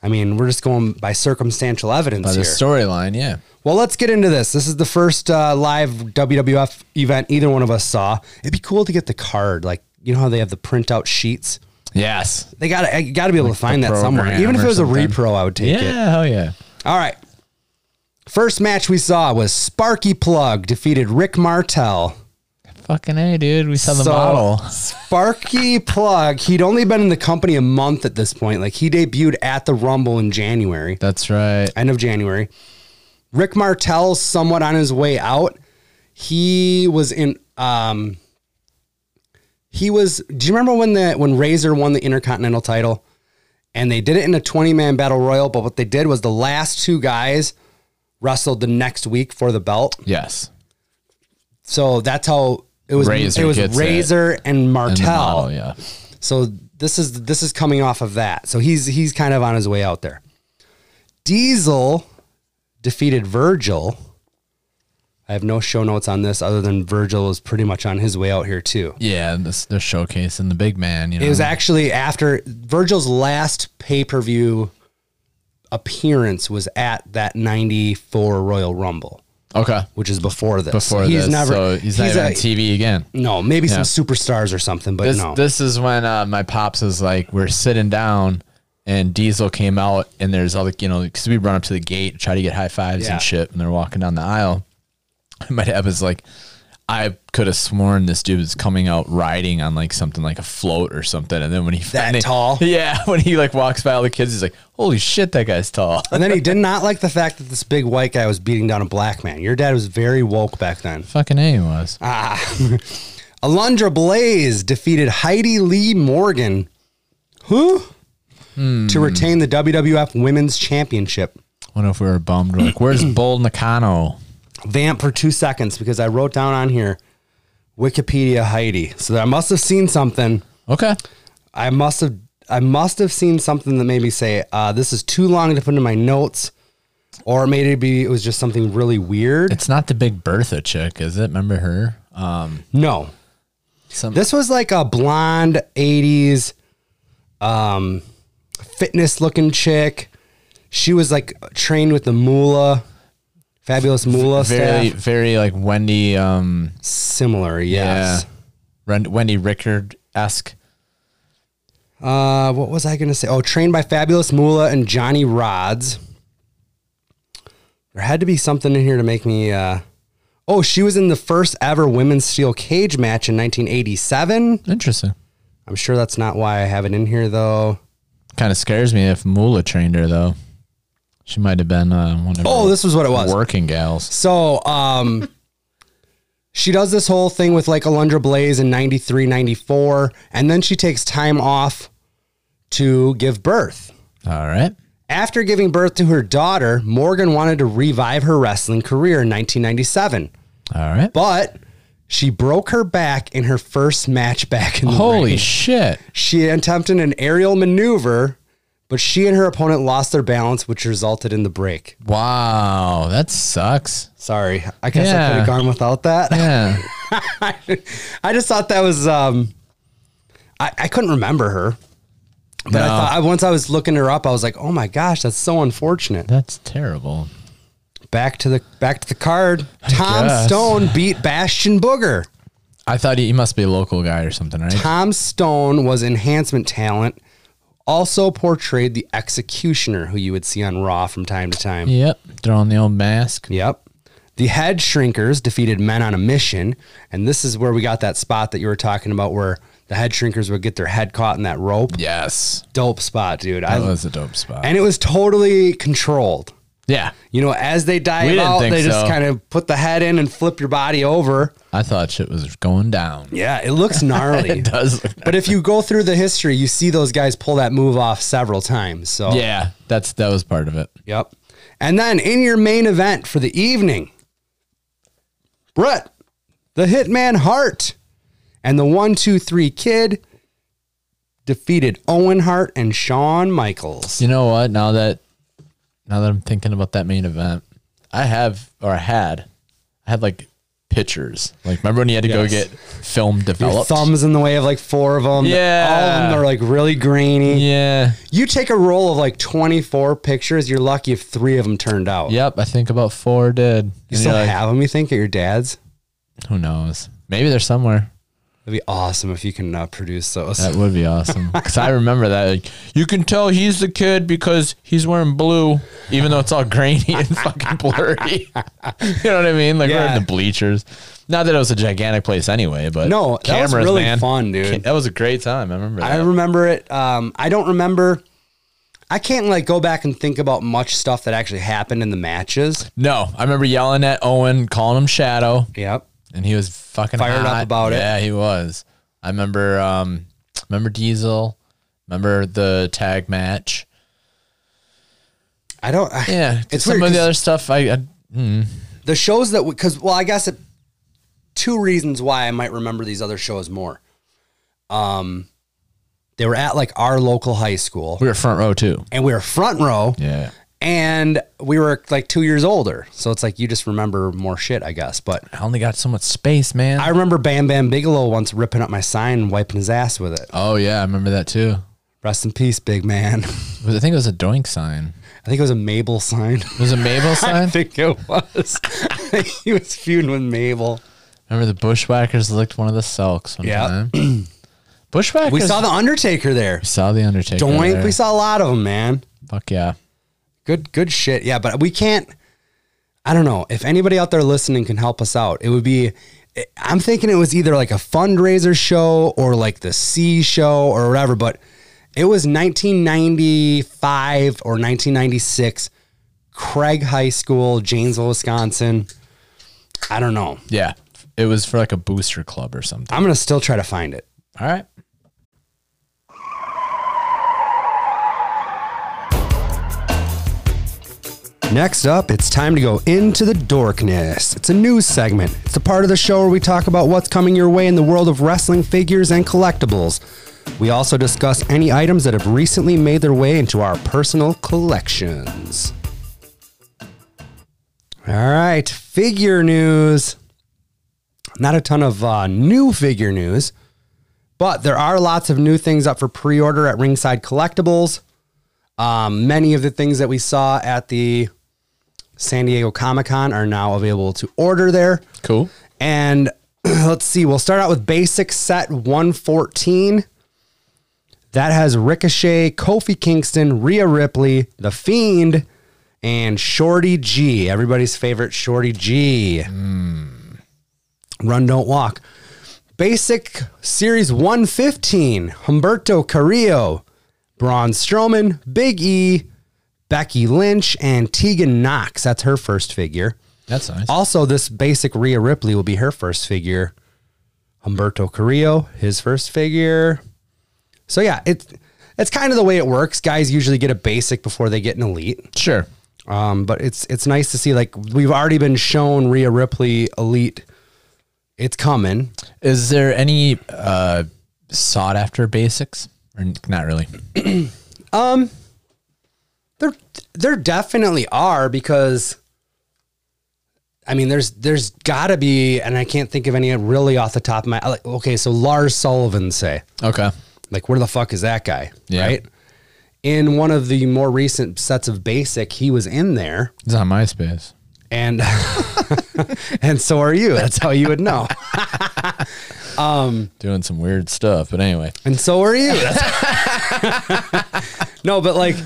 [SPEAKER 1] I mean, we're just going by circumstantial evidence
[SPEAKER 2] By the
[SPEAKER 1] here.
[SPEAKER 2] storyline, yeah.
[SPEAKER 1] well, let's get into this. This is the first uh, live WWF event either one of us saw. It'd be cool to get the card. Like, you know how they have the printout sheets?
[SPEAKER 2] Yes.
[SPEAKER 1] They got to got to be able to find that somewhere.
[SPEAKER 2] program
[SPEAKER 1] Even if
[SPEAKER 2] or
[SPEAKER 1] it was a
[SPEAKER 2] something.
[SPEAKER 1] repro, I would take it.
[SPEAKER 2] hell yeah.
[SPEAKER 1] All right. First match we saw was Sparky Plug defeated Rick Martel.
[SPEAKER 2] Fucking A, dude. We saw the
[SPEAKER 1] So,
[SPEAKER 2] model.
[SPEAKER 1] Sparky Plug, he'd only been in the company a month at this point. Like he debuted at the Rumble in January.
[SPEAKER 2] That's right.
[SPEAKER 1] end of January. Rick Martel's somewhat on his way out. He was in um he was do you remember when the when Razor won the Intercontinental title and they did it in a 20 man battle royal, but what they did was the last two guys wrestled the next week for the belt.
[SPEAKER 2] Yes.
[SPEAKER 1] So that's how it was
[SPEAKER 2] Razor
[SPEAKER 1] it was
[SPEAKER 2] gets it.
[SPEAKER 1] Razor and
[SPEAKER 2] And the
[SPEAKER 1] Martel.
[SPEAKER 2] model, yeah.
[SPEAKER 1] So this is this is coming off of that. So he's he's kind of on his way out there. Diesel defeated Virgil. I have no show notes on this other than Virgil is pretty much on his way out here too.
[SPEAKER 2] Yeah, this they're showcasing the big man. You know,
[SPEAKER 1] It was actually after Virgil's last pay per view appearance was at that '94 Royal Rumble,
[SPEAKER 2] okay
[SPEAKER 1] which is before this.
[SPEAKER 2] before
[SPEAKER 1] he's
[SPEAKER 2] this,
[SPEAKER 1] never
[SPEAKER 2] so he's, not even on TV again.
[SPEAKER 1] no, maybe some superstars or something, but
[SPEAKER 2] This
[SPEAKER 1] no.
[SPEAKER 2] this is when uh, my pops is like, we're sitting down, and Diesel came out, and there's all the you know because we run up to the gate, try to get high fives
[SPEAKER 1] Yeah.
[SPEAKER 2] and shit, and they're walking down the aisle. (laughs) And my dad was like, I could have sworn this dude was coming out riding on like something like a float or something, and then when he finally-
[SPEAKER 1] tall?
[SPEAKER 2] (laughs) yeah, when he like walks by all the kids, he's like, holy shit, that guy's tall. (laughs)
[SPEAKER 1] and then he did not like the fact that this big white guy was beating down a black man. Your dad was very woke back then.
[SPEAKER 2] Fucking a he was.
[SPEAKER 1] Ah. Alundra Blaze defeated Heidi Lee Morgan, who to retain the WWF Women's Championship.
[SPEAKER 2] wonder if we were bummed. We're like, where's Bull Nakano?
[SPEAKER 1] Vamp for two seconds because I wrote down on here Wikipedia Heidi, so I must have seen something.
[SPEAKER 2] Okay.
[SPEAKER 1] I must have I must have seen something that made me say uh, this is too long to put into my notes, or maybe be it was just something really weird.
[SPEAKER 2] It's not the big Bertha chick, is it? Remember her? Um,
[SPEAKER 1] No,
[SPEAKER 2] some
[SPEAKER 1] this was like a blonde '80s, um, fitness looking chick. She was like trained with the Moolah, fabulous Moolah
[SPEAKER 2] very,
[SPEAKER 1] staff.
[SPEAKER 2] very like Wendy, um,
[SPEAKER 1] Similar, yes.
[SPEAKER 2] Ren- Wendy Rickard esque.
[SPEAKER 1] Uh, what was I going to say? Oh, trained by Fabulous Moolah and Johnny Rods. There had to be something in here to make me. Uh... Oh, she was in the first ever women's steel cage match in 1987.
[SPEAKER 2] Interesting.
[SPEAKER 1] I'm sure that's not why I have it in here, though.
[SPEAKER 2] Kind of scares me if Mula trained her though. She might have been uh, one of
[SPEAKER 1] Oh,
[SPEAKER 2] her
[SPEAKER 1] this was what it was.
[SPEAKER 2] working gals.
[SPEAKER 1] So, um, (laughs) she does this whole thing with like Alundra Blaze in 93, 94, and then she takes time off to give birth.
[SPEAKER 2] All right.
[SPEAKER 1] After giving birth to her daughter, Morgan wanted to revive her wrestling career in 1997,
[SPEAKER 2] All right.
[SPEAKER 1] but she broke her back in her first match back in the
[SPEAKER 2] Holy
[SPEAKER 1] ring.
[SPEAKER 2] shit.
[SPEAKER 1] She attempted an aerial maneuver, but she and her opponent lost their balance, which resulted in the break.
[SPEAKER 2] Wow. That sucks.
[SPEAKER 1] Sorry, I guess I
[SPEAKER 2] Yeah.
[SPEAKER 1] could have gone without that.
[SPEAKER 2] Yeah.
[SPEAKER 1] (laughs) I just thought that was um, I, I couldn't remember her, but I
[SPEAKER 2] No.
[SPEAKER 1] thought I, once I was looking her up, I was like, oh my gosh, that's so unfortunate.
[SPEAKER 2] That's terrible.
[SPEAKER 1] back to the back to the card. Tom
[SPEAKER 2] guess.
[SPEAKER 1] Stone beat Bastion Booger.
[SPEAKER 2] I thought he, he must be a local guy or
[SPEAKER 1] (laughs)
[SPEAKER 2] something, right?
[SPEAKER 1] Tom Stone was enhancement talent, also portrayed the executioner who you would see on Raw from time to time.
[SPEAKER 2] Yep. Throwing the old mask.
[SPEAKER 1] Yep. The head shrinkers defeated men on a mission, and this is where we got that spot that you were talking about where the head shrinkers would get their head caught in that rope.
[SPEAKER 2] Yes.
[SPEAKER 1] Dope spot, dude. I
[SPEAKER 2] That was a dope spot.
[SPEAKER 1] and it was totally controlled.
[SPEAKER 2] yeah.
[SPEAKER 1] You know, as they dive
[SPEAKER 2] didn't
[SPEAKER 1] out,
[SPEAKER 2] think
[SPEAKER 1] they just
[SPEAKER 2] so.
[SPEAKER 1] kind of put the head in and flip your body over.
[SPEAKER 2] I thought shit was going down. (laughs)
[SPEAKER 1] Yeah, it looks gnarly.
[SPEAKER 2] It does. Look
[SPEAKER 1] But if you go through the history, you see those guys pull that move off several times. So,
[SPEAKER 2] yeah, that's that was part of it.
[SPEAKER 1] yep. And then in your main event for the evening, Brett, the Hitman Hart, and the One Two Three Kid defeated Owen Hart and Shawn Michaels.
[SPEAKER 2] You know what? Now that now that I'm thinking about that main event, I have or I had I had like pictures. Like remember when you had to
[SPEAKER 1] Yes.
[SPEAKER 2] go get film
[SPEAKER 1] Your
[SPEAKER 2] developed?
[SPEAKER 1] thumbs in the way of like four of them. all of
[SPEAKER 2] Yeah.
[SPEAKER 1] them are like really grainy.
[SPEAKER 2] Yeah.
[SPEAKER 1] You take a roll of like twenty four pictures. You're lucky if three of them turned out.
[SPEAKER 2] Yep. I think about four did. And
[SPEAKER 1] you
[SPEAKER 2] you're
[SPEAKER 1] still have 'em,
[SPEAKER 2] like,
[SPEAKER 1] have them. You think at your dad's?
[SPEAKER 2] Who knows? Maybe they're somewhere.
[SPEAKER 1] It'd be awesome if you can uh, produce those.
[SPEAKER 2] That would be
[SPEAKER 1] (laughs)
[SPEAKER 2] awesome. Because I remember that. Like, you can tell he's the kid because he's wearing blue, even though it's all
[SPEAKER 1] (laughs)
[SPEAKER 2] grainy and fucking blurry. you know what I mean? Like we're
[SPEAKER 1] Yeah.
[SPEAKER 2] in the bleachers. Not that it was a gigantic place anyway, but
[SPEAKER 1] No, that was really fun, dude.
[SPEAKER 2] Ca- That was a great time. I remember
[SPEAKER 1] I
[SPEAKER 2] that.
[SPEAKER 1] remember it. Um, I don't remember. I can't like go back and think about much stuff that actually happened in the matches.
[SPEAKER 2] no, I remember yelling at Owen, calling him Shadow,
[SPEAKER 1] Yep.
[SPEAKER 2] and he was fucking
[SPEAKER 1] Fired up
[SPEAKER 2] hot.
[SPEAKER 1] about it.
[SPEAKER 2] Yeah, he was. I remember. Um, remember Diesel. Remember the tag match.
[SPEAKER 1] I don't.
[SPEAKER 2] Yeah,
[SPEAKER 1] It's
[SPEAKER 2] some
[SPEAKER 1] weird
[SPEAKER 2] of the
[SPEAKER 1] 'cause-
[SPEAKER 2] other stuff. I, I
[SPEAKER 1] The shows that because well, I guess it, two reasons why I might remember these other shows more. Um, they were at like our local high school,
[SPEAKER 2] we were front row too.
[SPEAKER 1] and we were front row.
[SPEAKER 2] Yeah.
[SPEAKER 1] and we were like two years older. So it's like you just remember more shit, I guess. But
[SPEAKER 2] I only got so much space, man.
[SPEAKER 1] I remember Bam Bam Bigelow once ripping up my sign and wiping his ass with it.
[SPEAKER 2] oh yeah, I remember that too.
[SPEAKER 1] Rest in peace, big man. (laughs)
[SPEAKER 2] It was- I think it was a doink sign.
[SPEAKER 1] I think it was a Mabel sign. (laughs)
[SPEAKER 2] It was a Mabel
[SPEAKER 1] I
[SPEAKER 2] sign.
[SPEAKER 1] think it was. (laughs) he was feuding with Mabel.
[SPEAKER 2] Remember the Bushwhackers licked one of the Selks one
[SPEAKER 1] Yeah.
[SPEAKER 2] time.
[SPEAKER 1] (clears throat)
[SPEAKER 2] Bushwhackers.
[SPEAKER 1] We saw the Undertaker there.
[SPEAKER 2] We saw the Undertaker.
[SPEAKER 1] Doink.
[SPEAKER 2] there.
[SPEAKER 1] We saw a lot of them, man.
[SPEAKER 2] Fuck yeah.
[SPEAKER 1] Good, good shit. Yeah, but we can't. I don't know if anybody out there listening can help us out. It would be. I'm thinking it was either like a fundraiser show or like the C show or whatever. But it was 1995 or 1996. Craig High School, Janesville, Wisconsin. I don't know.
[SPEAKER 2] Yeah. It was for like a booster club or something.
[SPEAKER 1] I'm gonna still try to find it.
[SPEAKER 2] All right.
[SPEAKER 1] Next up, it's time to go into the dorkness. It's a news segment. It's the part of the show where we talk about what's coming your way in the world of wrestling figures and collectibles. We also discuss any items that have recently made their way into our personal collections. All right, figure news. Not a ton of uh, new figure news, but there are lots of new things up for pre order at Ringside Collectibles. Um, many of the things that we saw at the San Diego Comic Con are now available to order there.
[SPEAKER 2] Cool.
[SPEAKER 1] And (clears throat) let's see, we'll start out with basic set 114. That has Ricochet, Kofi Kingston, Rhea Ripley, The Fiend, and Shorty G. Everybody's favorite Shorty G. Run, don't walk. Basic Series 115 Humberto Carrillo, Braun Strowman, Big E, Becky Lynch, and Tegan Knox. That's her first figure.
[SPEAKER 2] That's nice.
[SPEAKER 1] Also, this basic Rhea Ripley will be her first figure. Humberto Carrillo, his first figure. So yeah, it's it's kind of the way it works. Guys usually get a basic before they get an elite.
[SPEAKER 2] Sure.
[SPEAKER 1] Um, but it's it's nice to see like we've already been shown Rhea Ripley elite. It's coming.
[SPEAKER 2] Is there any uh, sought after basics? Or n- not really?
[SPEAKER 1] There there definitely are because I mean there's there's gotta be and I can't think of any really off the top of my like okay, so Lars Sullivan say.
[SPEAKER 2] Okay.
[SPEAKER 1] Like, where the fuck is that guy?
[SPEAKER 2] Yeah.
[SPEAKER 1] Right? In one of the more recent sets of Basic, he was in there,
[SPEAKER 2] It's on MySpace.
[SPEAKER 1] and (laughs) and so are you. That's how you would know,
[SPEAKER 2] Doing some weird stuff. But anyway.
[SPEAKER 1] and so are you. That's- (laughs) no, but like,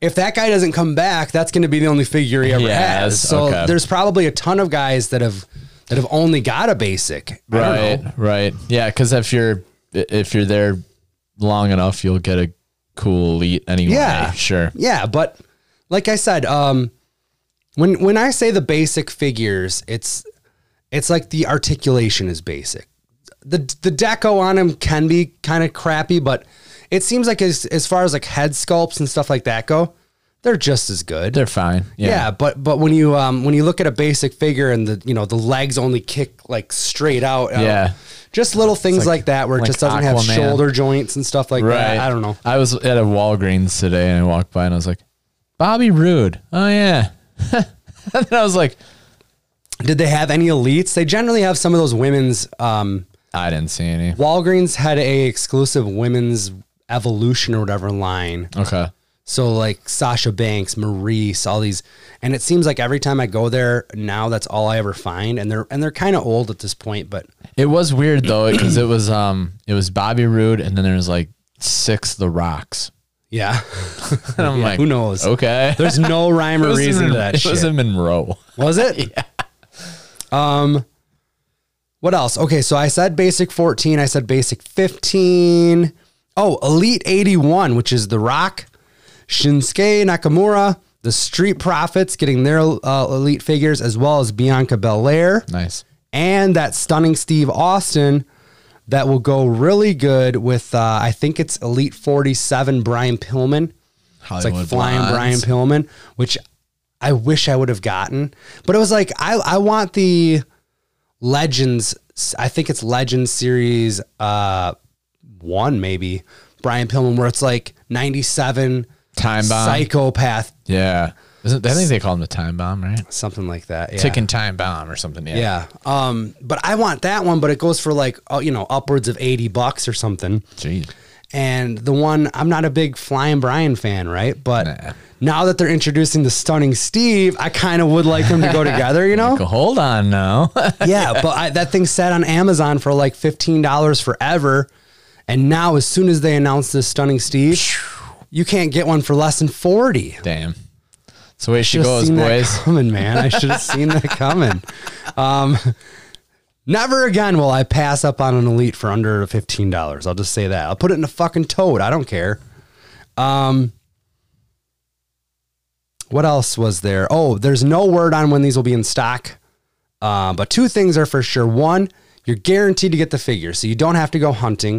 [SPEAKER 1] if that guy doesn't come back, that's going to be the only figure he ever
[SPEAKER 2] Yes,
[SPEAKER 1] has. So
[SPEAKER 2] okay.
[SPEAKER 1] there's probably a ton of guys that have that have only got a Basic. I don't know.
[SPEAKER 2] Right. Right. Yeah. Because if you're if you're there long enough, you'll get a cool elite anyway.
[SPEAKER 1] Yeah.
[SPEAKER 2] Sure.
[SPEAKER 1] Yeah, but like I said, um when when I say the basic figures, it's it's like the articulation is basic. The the deco on him can be kind of crappy, but it seems like as as far as like head sculpts and stuff like that go, they're just as good.
[SPEAKER 2] They're fine.
[SPEAKER 1] yeah. but but when you um when you look at a basic figure and the you know the legs only kick like straight out, uh,
[SPEAKER 2] Yeah.
[SPEAKER 1] just little things like,
[SPEAKER 2] like-
[SPEAKER 1] that where it
[SPEAKER 2] like
[SPEAKER 1] just doesn't have
[SPEAKER 2] Aquaman.
[SPEAKER 1] shoulder joints and stuff like
[SPEAKER 2] Right.
[SPEAKER 1] that. uh, I don't know.
[SPEAKER 2] I was at a Walgreens today and I walked by and I was like, Bobby Roode. Oh, yeah. (laughs) and then I was like,
[SPEAKER 1] Did they have any elites? They generally have some of those women's. Um,
[SPEAKER 2] I didn't see any.
[SPEAKER 1] Walgreens had a exclusive women's evolution or whatever line.
[SPEAKER 2] Okay.
[SPEAKER 1] So like Sasha Banks, Maurice, all these, and it seems like every time I go there now, that's all I ever find. And they're and they're kind of old at this point, but
[SPEAKER 2] It was weird though because it was um it was Bobby Roode and then there was like six The Rocks.
[SPEAKER 1] (laughs) yeah,
[SPEAKER 2] And I'm like,
[SPEAKER 1] who knows?
[SPEAKER 2] Okay.
[SPEAKER 1] There's no rhyme
[SPEAKER 2] (laughs) It
[SPEAKER 1] or
[SPEAKER 2] was in
[SPEAKER 1] reason
[SPEAKER 2] Mon-
[SPEAKER 1] to that.
[SPEAKER 2] It
[SPEAKER 1] shit.
[SPEAKER 2] was in Monroe.
[SPEAKER 1] Was it? yeah. Um, what else? Okay, so I said basic 14, I said basic 15. Oh, Elite 81, which is The Rock, Shinsuke Nakamura, the Street Profits getting their uh, elite figures, as well as Bianca Belair,
[SPEAKER 2] Nice.
[SPEAKER 1] and that stunning Steve Austin that will go really good with, uh, I think it's Elite 47, Brian Pillman. It's like flying
[SPEAKER 2] Blondes.
[SPEAKER 1] Brian Pillman, which I wish I would have gotten. But it was like I I want the Legends. I think it's Legends series uh one maybe Brian Pillman where it's like ninety seven
[SPEAKER 2] Time bomb.
[SPEAKER 1] psychopath,
[SPEAKER 2] Yeah. Isn't, I think they call him the time bomb, right?
[SPEAKER 1] something like that. Yeah.
[SPEAKER 2] Ticking time bomb or something. Yeah.
[SPEAKER 1] Yeah. Um, but I want that one, but it goes for like, oh, you know, upwards of 80 bucks or something.
[SPEAKER 2] Jeez.
[SPEAKER 1] And the one, I'm not a big Flying Brian fan, right? But
[SPEAKER 2] Nah.
[SPEAKER 1] now that they're introducing the Stunning Steve, I kind of would like them to go together, you know?
[SPEAKER 2] Go, Hold on now. (laughs)
[SPEAKER 1] yeah, but I, that thing sat on Amazon for like fifteen dollars forever, and now as soon as they announced this stunning Steve, you can't get one for less than forty.
[SPEAKER 2] Damn. That's the way she
[SPEAKER 1] Should've
[SPEAKER 2] goes,
[SPEAKER 1] seen that
[SPEAKER 2] boys.
[SPEAKER 1] (laughs) coming, man. I
[SPEAKER 2] (laughs)
[SPEAKER 1] should have seen that coming. Um, never again will I pass up on an elite for under fifteen dollars. I'll just say that. I'll put it in a fucking toad. I don't care. Um, what else was there? Oh, there's no word on when these will be in stock. Uh, but two things are for sure. One, you're guaranteed to get the figure, so you don't have to go hunting.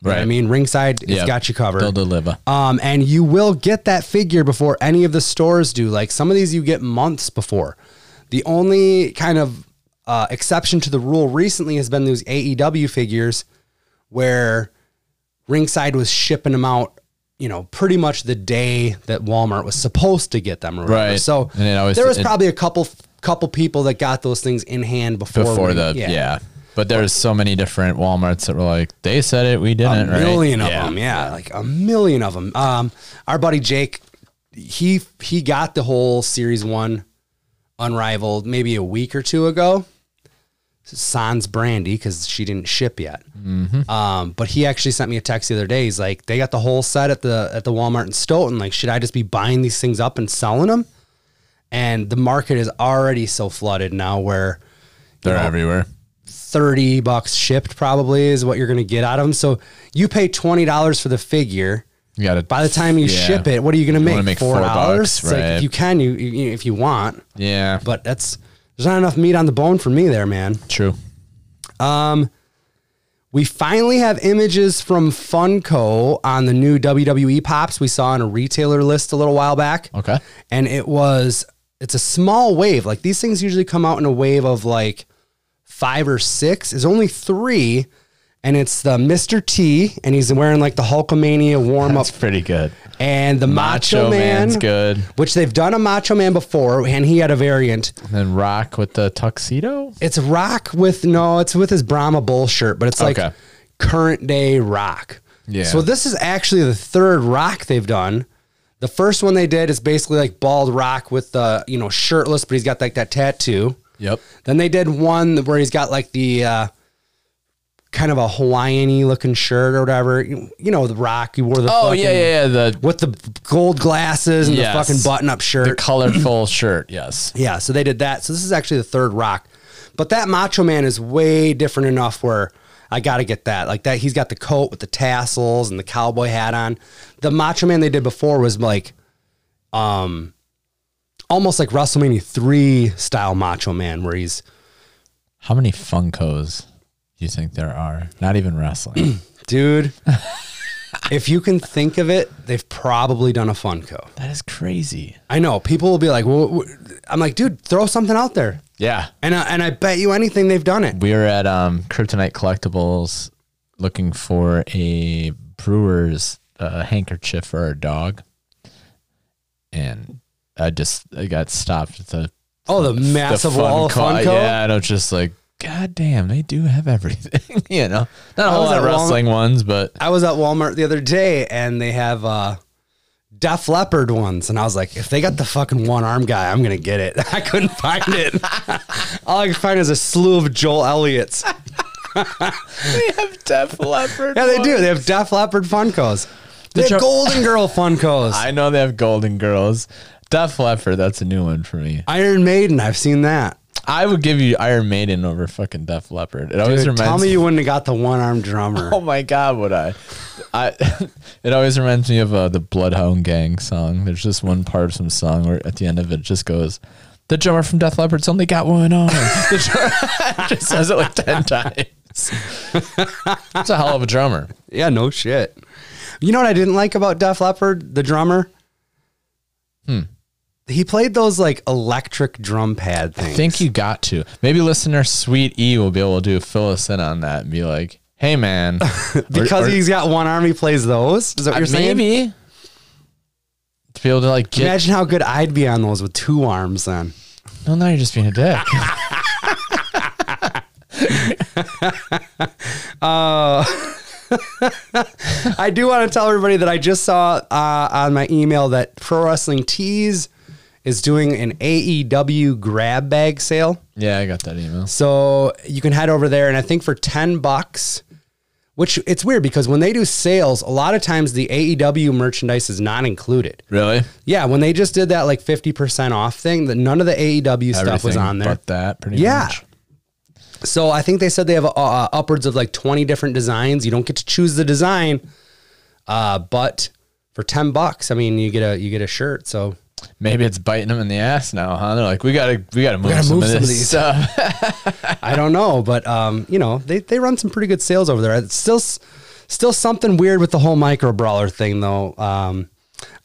[SPEAKER 1] You know what I
[SPEAKER 2] Right.
[SPEAKER 1] mean, ringside, it's
[SPEAKER 2] Yeah.
[SPEAKER 1] got you covered.
[SPEAKER 2] They'll deliver.
[SPEAKER 1] Um, and you will get that figure before any of the stores do. Like some of these, you get months before. The only kind of uh, exception to the rule recently has been those AEW figures where Ringside was shipping them out, you know, pretty much the day that Walmart was supposed to get them. Or whatever.
[SPEAKER 2] Right.
[SPEAKER 1] So
[SPEAKER 2] And it always-
[SPEAKER 1] there was
[SPEAKER 2] it-
[SPEAKER 1] probably a couple couple people that got those things in hand before
[SPEAKER 2] Before
[SPEAKER 1] Ring-
[SPEAKER 2] the, yeah. But there's so many different Walmarts that were like, they said it, we didn't, right?
[SPEAKER 1] million of
[SPEAKER 2] Yeah.
[SPEAKER 1] them. Yeah, like a million of them. Um, our buddy Jake, he he got the whole series one, unrivaled, maybe a week or two ago. Sans Brandy because she didn't ship yet.
[SPEAKER 2] Mm-hmm.
[SPEAKER 1] Um, but he actually sent me a text the other day. He's like, they got the whole set at the at the Walmart in Stoughton. Like, should I just be buying these things up and selling them? And the market is already so flooded now where
[SPEAKER 2] They're everywhere.
[SPEAKER 1] 30 bucks shipped probably is what you're going to get out of them. So you pay $20 for the figure.
[SPEAKER 2] You got to
[SPEAKER 1] By the time you
[SPEAKER 2] Yeah.
[SPEAKER 1] ship it, what are you going to make?
[SPEAKER 2] wanna make
[SPEAKER 1] $4?
[SPEAKER 2] four bucks,
[SPEAKER 1] It's like,
[SPEAKER 2] right.
[SPEAKER 1] if you can, you, you if you want,
[SPEAKER 2] Yeah.
[SPEAKER 1] but that's there's not enough meat on the bone for me there, man.
[SPEAKER 2] True.
[SPEAKER 1] We finally have images from Funko on the new WWE pops we saw on a retailer list a little while back.
[SPEAKER 2] Okay.
[SPEAKER 1] and it was it's a small wave like these things usually come out in a wave of like five or six is only three and it's the Mr. T, and he's wearing like the Hulkamania warm up,
[SPEAKER 2] That's pretty good.
[SPEAKER 1] and the Macho,
[SPEAKER 2] Macho
[SPEAKER 1] Man,
[SPEAKER 2] Man's good.
[SPEAKER 1] which they've done a Macho Man before, and he had a variant.
[SPEAKER 2] And then Rock with the tuxedo.
[SPEAKER 1] It's Rock with no, it's with his Brahma Bull shirt, but it's like
[SPEAKER 2] Okay.
[SPEAKER 1] current day Rock.
[SPEAKER 2] Yeah.
[SPEAKER 1] So this is actually the third Rock they've done. The first one they did is basically like bald Rock with the you know shirtless, but he's got like that tattoo.
[SPEAKER 2] Yep.
[SPEAKER 1] Then they did one where he's got like the uh, kind of a Hawaiian looking shirt or whatever. You, you know the Rock you wore the
[SPEAKER 2] Oh
[SPEAKER 1] fucking-
[SPEAKER 2] yeah, yeah, yeah. The
[SPEAKER 1] with the gold glasses and
[SPEAKER 2] Yes.
[SPEAKER 1] the fucking button up shirt.
[SPEAKER 2] the colorful shirt. Yes.
[SPEAKER 1] Yeah, so they did that. So this is actually the third rock. But that Macho Man is way different enough where I got to get that. Like that he's got the coat with the tassels and the cowboy hat on. The Macho Man they did before was like um almost like WrestleMania 3 style Macho Man where he's
[SPEAKER 2] How many Funkos do you think there are? Not even wrestling.
[SPEAKER 1] dude (laughs) if you can think of it, they've probably done a Funko.
[SPEAKER 2] (clears throat) that is crazy.
[SPEAKER 1] I know people will be like, "Well, w- I'm like, dude, throw something out there."
[SPEAKER 2] Yeah.
[SPEAKER 1] And I, and I bet you anything they've done it.
[SPEAKER 2] We were at um, Kryptonite Collectibles looking for a brewer's uh, handkerchief for our dog. And I just I got stopped at the,
[SPEAKER 1] Oh, the
[SPEAKER 2] the
[SPEAKER 1] massive wall of
[SPEAKER 2] Funko-
[SPEAKER 1] Funko.
[SPEAKER 2] Yeah, and I was just like, God damn, they do have everything. (laughs) you know, not a whole
[SPEAKER 1] was
[SPEAKER 2] lot of
[SPEAKER 1] at Walmart-
[SPEAKER 2] wrestling ones, but
[SPEAKER 1] I was at Walmart the other day and they have uh Def Leopard ones. And I was like, if they got the fucking one arm guy, I'm gonna get it. (laughs) I couldn't find it. (laughs) All I could find is a slew of Joel Elliott's.
[SPEAKER 2] (laughs) they have Def (laughs) Leppard.
[SPEAKER 1] Yeah, they do. They have Def Leopard Funkos. They
[SPEAKER 2] Did
[SPEAKER 1] have
[SPEAKER 2] you-
[SPEAKER 1] Golden Girl Funkos.
[SPEAKER 2] (laughs) I know they have Golden Girls. Def Leppard, that's a new one for me.
[SPEAKER 1] Iron Maiden, I've seen that.
[SPEAKER 2] I would give you Iron Maiden over fucking Def Leppard. It always
[SPEAKER 1] Dude,
[SPEAKER 2] reminds
[SPEAKER 1] tell me you wouldn't have got the one armed drummer.
[SPEAKER 2] (laughs) Oh my god, would I? I (laughs) it always reminds me of uh, the Bloodhound Gang song. There's just one part of some song where at the end of it just goes, "The drummer from Death Leopard's only got one arm." (laughs) The drummer- just says (laughs) it like ten times. It's a hell of a drummer.
[SPEAKER 1] Yeah, no shit. You know what I didn't like about Def Leppard, the drummer? Hmm. He played those like electric drum pad things.
[SPEAKER 2] I think you got to. Maybe listener Sweet E will be able to fill us in on that and be like, "Hey
[SPEAKER 1] (laughs)
[SPEAKER 2] man," Uh,
[SPEAKER 1] Because he's got one arm, he plays those. Is that what you're saying?
[SPEAKER 2] maybe. be able to like get.
[SPEAKER 1] Imagine how good I'd be on those with two arms then.
[SPEAKER 2] Well, now you're just being a dick. (laughs)
[SPEAKER 1] I do want to tell everybody that I just saw uh, on my email that Pro Wrestling Tees is doing an AEW grab bag sale.
[SPEAKER 2] yeah, I got that email.
[SPEAKER 1] So you can head over there, and I think for ten bucks, which it's weird because when they do sales, a lot of times the AEW merchandise is not included.
[SPEAKER 2] Really?
[SPEAKER 1] Yeah, when they just did that like fifty percent off thing, that none of the AEW stuff was
[SPEAKER 2] Everything
[SPEAKER 1] on there.
[SPEAKER 2] But that pretty
[SPEAKER 1] Yeah.
[SPEAKER 2] much.
[SPEAKER 1] So I think they said they have uh, uh, upwards of like 20 different designs. You don't get to choose the design, uh, but for 10 bucks, I mean, you get a you get a shirt. So
[SPEAKER 2] Maybe it's biting them in the ass now, huh? They're like, we gotta, we gotta move,
[SPEAKER 1] gotta
[SPEAKER 2] some,
[SPEAKER 1] move
[SPEAKER 2] of
[SPEAKER 1] some of
[SPEAKER 2] this
[SPEAKER 1] these.
[SPEAKER 2] stuff.
[SPEAKER 1] I don't know, (laughs) but um, you know, they they run some pretty good sales over there. It's still s- still something weird with the whole micro brawler thing though. Um,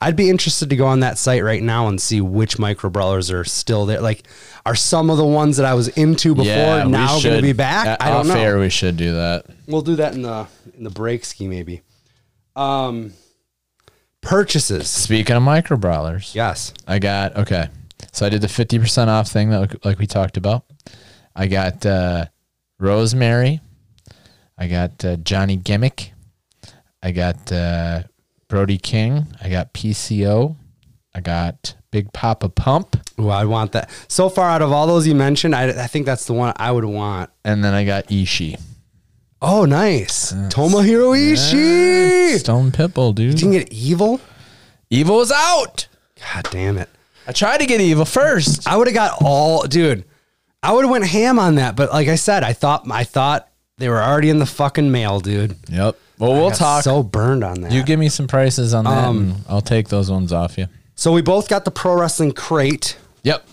[SPEAKER 1] I'd be interested to go on that site right now and see which micro brawlers are still there. Like, are some of the ones that I was into before
[SPEAKER 2] yeah, we
[SPEAKER 1] now going to
[SPEAKER 2] should-
[SPEAKER 1] be back?
[SPEAKER 2] At,
[SPEAKER 1] I don't know.
[SPEAKER 2] off air, we should do that.
[SPEAKER 1] We'll do that in the in the break ski maybe. Um purchases.
[SPEAKER 2] Speaking of micro brawlers,
[SPEAKER 1] Yes.
[SPEAKER 2] I got okay. So I did the fifty percent off thing that like we talked about. I got uh, Rosemary. I got uh, Johnny Gimmick. I got uh, Brody King. I got PCO. I got Big Papa Pump,
[SPEAKER 1] Ooh, I want that. So far out of all those you mentioned, I, I think that's the one I would want.
[SPEAKER 2] and then I got Ishii.
[SPEAKER 1] Oh, nice. Tomohiro Ishii.
[SPEAKER 2] Stone Pitbull,
[SPEAKER 1] You can
[SPEAKER 2] dude.
[SPEAKER 1] get evil?
[SPEAKER 2] Evil was out.
[SPEAKER 1] God damn it.
[SPEAKER 2] I tried to get Evil first.
[SPEAKER 1] I would have got all dude. I would have went ham on that, but like I said, I thought I thought they were already in the fucking mail, dude.
[SPEAKER 2] Yep. Well, we'll
[SPEAKER 1] Got
[SPEAKER 2] talk.
[SPEAKER 1] So burned on that.
[SPEAKER 2] you give me some prices on that, and I'll take those ones off you.
[SPEAKER 1] so we both got the pro wrestling crate,
[SPEAKER 2] Yep.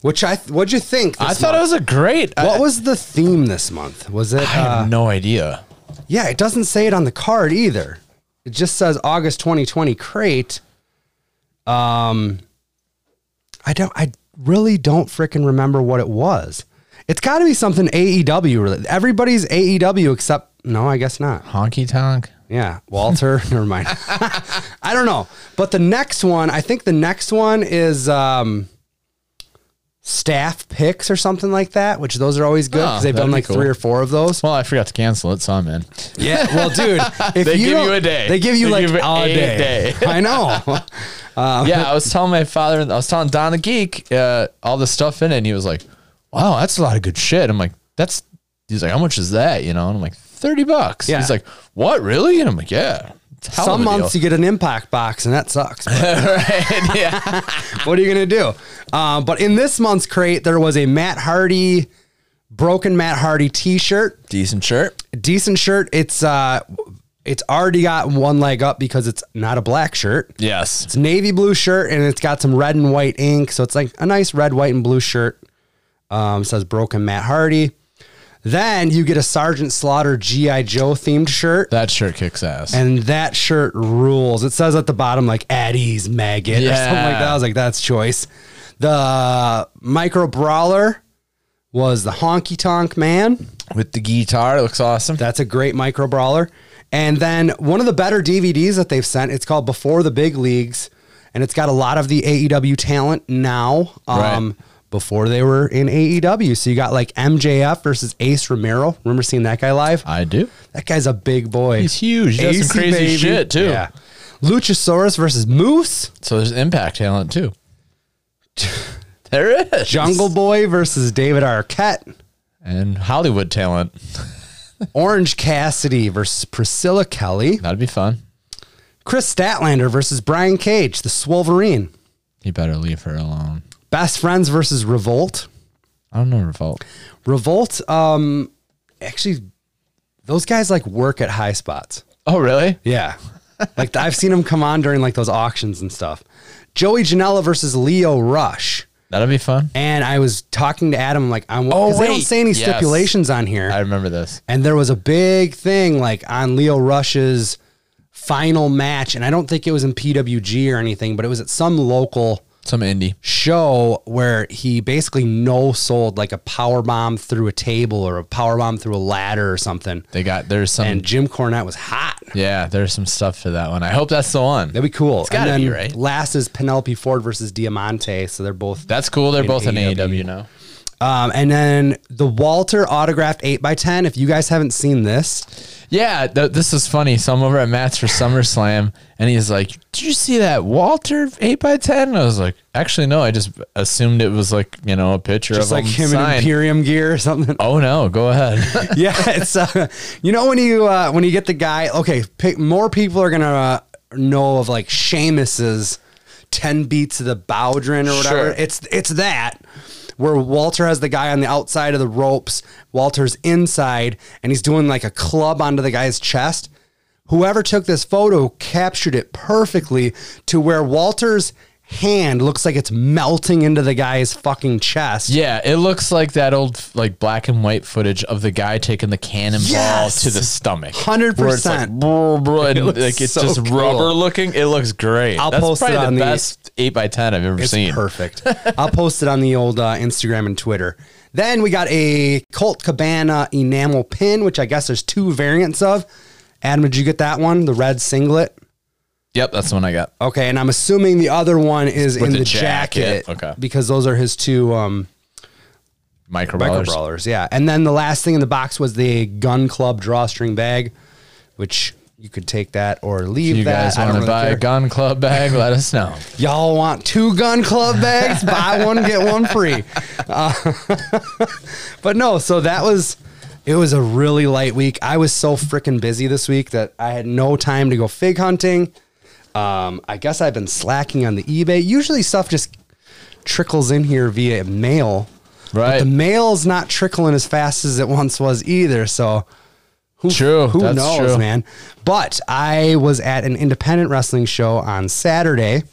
[SPEAKER 1] which I what'd you think?
[SPEAKER 2] I
[SPEAKER 1] this
[SPEAKER 2] thought
[SPEAKER 1] month?
[SPEAKER 2] it was a great. I-
[SPEAKER 1] What was the theme this month? Was it?
[SPEAKER 2] I have
[SPEAKER 1] Uh,
[SPEAKER 2] no idea.
[SPEAKER 1] yeah, it doesn't say it on the card either. It just says August 2020 crate. Um, I don't. I really don't fricking remember what it was. It's got to be something AEW related. Everybody's AEW except no, I guess not.
[SPEAKER 2] Honky Tonk.
[SPEAKER 1] Yeah,
[SPEAKER 2] (laughs)
[SPEAKER 1] Walter. never mind. (laughs) I don't know. But the next one, I think the next one is um, staff picks or something like that. Which those are always good because
[SPEAKER 2] Oh,
[SPEAKER 1] they've done like
[SPEAKER 2] that'd be cool.
[SPEAKER 1] three or four of those.
[SPEAKER 2] Well, I forgot to cancel it, so I'm in.
[SPEAKER 1] Yeah, well, dude, if
[SPEAKER 2] They
[SPEAKER 1] you
[SPEAKER 2] give
[SPEAKER 1] don't-
[SPEAKER 2] you a day.
[SPEAKER 1] They give you
[SPEAKER 2] They
[SPEAKER 1] like
[SPEAKER 2] give
[SPEAKER 1] a,
[SPEAKER 2] it a
[SPEAKER 1] day. (laughs)
[SPEAKER 2] day.
[SPEAKER 1] I
[SPEAKER 2] (laughs)
[SPEAKER 1] know.
[SPEAKER 2] yeah, I was telling my father, I was telling Don the Geek uh, all the stuff in it, and he was like, wow, that's a lot of good shit. I'm like, that's, he's like, how much is that? You know, and I'm like, 30 bucks.
[SPEAKER 1] Yeah.
[SPEAKER 2] He's like, what, really? And I'm like, yeah. It's a hell
[SPEAKER 1] Some
[SPEAKER 2] of a (laughs)
[SPEAKER 1] months
[SPEAKER 2] deal."
[SPEAKER 1] you get an impact box, and that sucks. but
[SPEAKER 2] (laughs) right? Yeah.
[SPEAKER 1] what are you gonna do? Um, but in this month's crate, there was a Matt Hardy, broken Matt Hardy T-shirt.
[SPEAKER 2] (laughs) Decent shirt.
[SPEAKER 1] Decent shirt. It's uh, it's already got one leg up because it's not a black shirt.
[SPEAKER 2] Yes.
[SPEAKER 1] It's a navy blue shirt and it's got some red and white ink. So it's like a nice red, white, and blue shirt. Um, says broken Matt Hardy. Then you get a Sergeant Slaughter G.I. Joe themed shirt.
[SPEAKER 2] That shirt kicks ass.
[SPEAKER 1] And that shirt rules. It says at the bottom like Addie's maggot or something like
[SPEAKER 2] Yeah.
[SPEAKER 1] that. I was like, that's choice. The micro brawler was the honky tonk man.
[SPEAKER 2] With the guitar, it looks awesome.
[SPEAKER 1] That's a great micro brawler. And then one of the better DVDs that they've sent, it's called Before the Big Leagues, and it's got a lot of the AEW talent now. Um
[SPEAKER 2] Right.
[SPEAKER 1] before they were in AEW. So you got like MJF versus Ace Romero. Remember seeing that guy live?
[SPEAKER 2] I do.
[SPEAKER 1] That guy's a big boy.
[SPEAKER 2] He's huge. He does
[SPEAKER 1] AC,
[SPEAKER 2] some crazy
[SPEAKER 1] baby.
[SPEAKER 2] shit, too.
[SPEAKER 1] Yeah. Luchasaurus versus Moose.
[SPEAKER 2] So there's impact talent, too. (laughs) there is.
[SPEAKER 1] Jungle Boy versus David Arquette.
[SPEAKER 2] And Hollywood talent.
[SPEAKER 1] Orange Cassidy versus Priscilla Kelly.
[SPEAKER 2] That'd be fun.
[SPEAKER 1] Chris Statlander versus Brian Cage, the Swolverine.
[SPEAKER 2] You better leave her alone.
[SPEAKER 1] Best Friends versus Revolt.
[SPEAKER 2] I don't know revolt.
[SPEAKER 1] Revolt, um, actually, those guys like work at high spots.
[SPEAKER 2] Oh really?
[SPEAKER 1] Yeah. like I've seen them come on during like those auctions and stuff. Joey Janela versus Leo Rush.
[SPEAKER 2] That'll be fun.
[SPEAKER 1] And I was talking to Adam, like, I'm, oh, they don't
[SPEAKER 2] wait.
[SPEAKER 1] say any
[SPEAKER 2] Yes.
[SPEAKER 1] stipulations on here.
[SPEAKER 2] I remember this.
[SPEAKER 1] and there was a big thing like on Leo Rush's final match, and I don't think it was in PWG or anything, but it was at some local
[SPEAKER 2] Some indie.
[SPEAKER 1] show where he basically no sold like a power bomb through a table or a power bomb through a ladder or something.
[SPEAKER 2] They got there's some
[SPEAKER 1] And Jim Cornette was hot.
[SPEAKER 2] yeah, there's some stuff for that one. I hope that's the one.
[SPEAKER 1] That'd be cool. It's
[SPEAKER 2] gotta
[SPEAKER 1] and then
[SPEAKER 2] be, right?
[SPEAKER 1] Last is Penelope Ford versus Diamante, so they're both.
[SPEAKER 2] That's cool. They're
[SPEAKER 1] In E
[SPEAKER 2] both in
[SPEAKER 1] AEW.
[SPEAKER 2] E AEW now.
[SPEAKER 1] Um, and then the Walter autographed eight x ten. If you guys haven't seen this,
[SPEAKER 2] Yeah, th- this is funny. So I'm over at Matt's for SummerSlam, and he's like, "Did you see that Walter eight x 10 And I was like, "Actually, no. I just assumed it was like you know a picture
[SPEAKER 1] just
[SPEAKER 2] of
[SPEAKER 1] like him in
[SPEAKER 2] signed.
[SPEAKER 1] Imperium gear or something.
[SPEAKER 2] Oh no, go
[SPEAKER 1] (laughs)
[SPEAKER 2] ahead.
[SPEAKER 1] yeah, it's uh, you know when you uh, when you get the guy. Okay, pick, more people are gonna uh, know of like Sheamus's ten beats of the Bowdrin or whatever.
[SPEAKER 2] Sure.
[SPEAKER 1] It's it's that where Walter has the guy on the outside of the ropes. Walter's inside, and he's doing like a club onto the guy's chest. Whoever took this photo captured it perfectly to where Walter's hand looks like it's melting into the guy's fucking chest.
[SPEAKER 2] yeah, it looks like that old like black and white footage of the guy taking the cannonball
[SPEAKER 1] Yes!
[SPEAKER 2] to the stomach.
[SPEAKER 1] 100%.
[SPEAKER 2] Where it's like, brr, brr, and,
[SPEAKER 1] looks
[SPEAKER 2] like it's
[SPEAKER 1] so
[SPEAKER 2] just
[SPEAKER 1] cool.
[SPEAKER 2] rubber looking. It looks great.
[SPEAKER 1] I'll
[SPEAKER 2] That's
[SPEAKER 1] post it
[SPEAKER 2] probably
[SPEAKER 1] on
[SPEAKER 2] the
[SPEAKER 1] the-
[SPEAKER 2] best eight x ten I've ever
[SPEAKER 1] It's
[SPEAKER 2] seen.
[SPEAKER 1] perfect. (laughs) I'll post it on the old uh, Instagram and Twitter. Then we got a Colt Cabana enamel pin, which I guess there's two variants of. Adam, did you get that one? The red singlet.
[SPEAKER 2] Yep, that's the one I got.
[SPEAKER 1] Okay, and I'm assuming the other one is in
[SPEAKER 2] the
[SPEAKER 1] the,
[SPEAKER 2] jacket.
[SPEAKER 1] jacket,
[SPEAKER 2] Okay.
[SPEAKER 1] because those are his two um,
[SPEAKER 2] Micro
[SPEAKER 1] Micro
[SPEAKER 2] brawlers.
[SPEAKER 1] brawlers, yeah. And then the last thing in the box was the Gun Club drawstring bag, which you could take that or leave
[SPEAKER 2] you
[SPEAKER 1] that.
[SPEAKER 2] guys
[SPEAKER 1] I don't
[SPEAKER 2] want to
[SPEAKER 1] really
[SPEAKER 2] buy a
[SPEAKER 1] care.
[SPEAKER 2] gun club bag, (laughs) let us know.
[SPEAKER 1] Y'all want two gun club bags? Buy one, get one free. Uh, (laughs) but no, so that was it was a really light week. I was so freaking busy this week that I had no time to go fig hunting. Um, I guess I've been slacking on the eBay. Usually stuff just trickles in here via mail.
[SPEAKER 2] Right.
[SPEAKER 1] The mail's not trickling as fast as it once was either, so who,
[SPEAKER 2] True,
[SPEAKER 1] who
[SPEAKER 2] that's
[SPEAKER 1] knows,
[SPEAKER 2] true.
[SPEAKER 1] man? But I was at an independent wrestling show on Saturday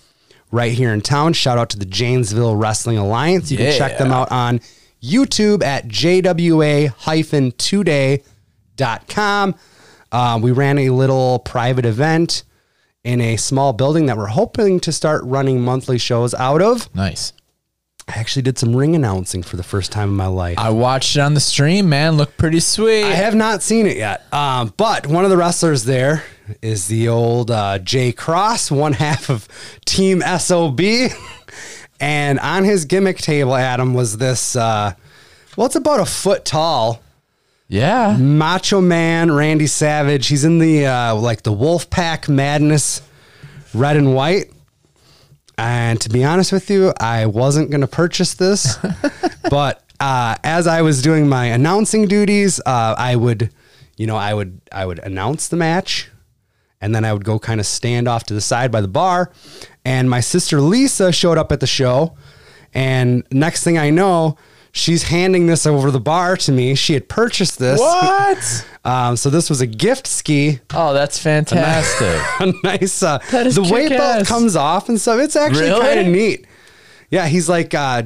[SPEAKER 1] right here in town. Shout out to the Janesville Wrestling Alliance. You can check them
[SPEAKER 2] Yeah.
[SPEAKER 1] out on YouTube at jwa-today.com. Um, we ran a little private event in a small building that we're hoping to start running monthly shows out of.
[SPEAKER 2] nice.
[SPEAKER 1] I actually did some ring announcing for the first time in my life.
[SPEAKER 2] I watched it on the stream, man. Looked pretty sweet.
[SPEAKER 1] I have not seen it yet. Um, but one of the wrestlers there is the old uh, Jay Cross, one half of Team SOB. (laughs) and on his gimmick table, Adam, was this uh, well, it's about a foot tall
[SPEAKER 2] yeah.
[SPEAKER 1] Macho Man Randy Savage. He's in the uh, like the Wolfpack Madness red and white. And to be honest with you, I wasn't going to purchase this, but uh, as I was doing my announcing duties, uh, I would, you know, I would I would announce the match, and then I would go kind of stand off to the side by the bar, and my sister Lisa showed up at the show, and next thing I know, she's handing this over the bar to me. She had purchased this. (laughs)
[SPEAKER 2] What?
[SPEAKER 1] Um, so this was a gift ski, (laughs)
[SPEAKER 2] Oh, that's fantastic.
[SPEAKER 1] a nice. Uh,
[SPEAKER 2] That is
[SPEAKER 1] the weight belt
[SPEAKER 2] kick-ass.
[SPEAKER 1] comes off and stuff. It's actually
[SPEAKER 2] Really?
[SPEAKER 1] kind of neat. Yeah, he's like uh,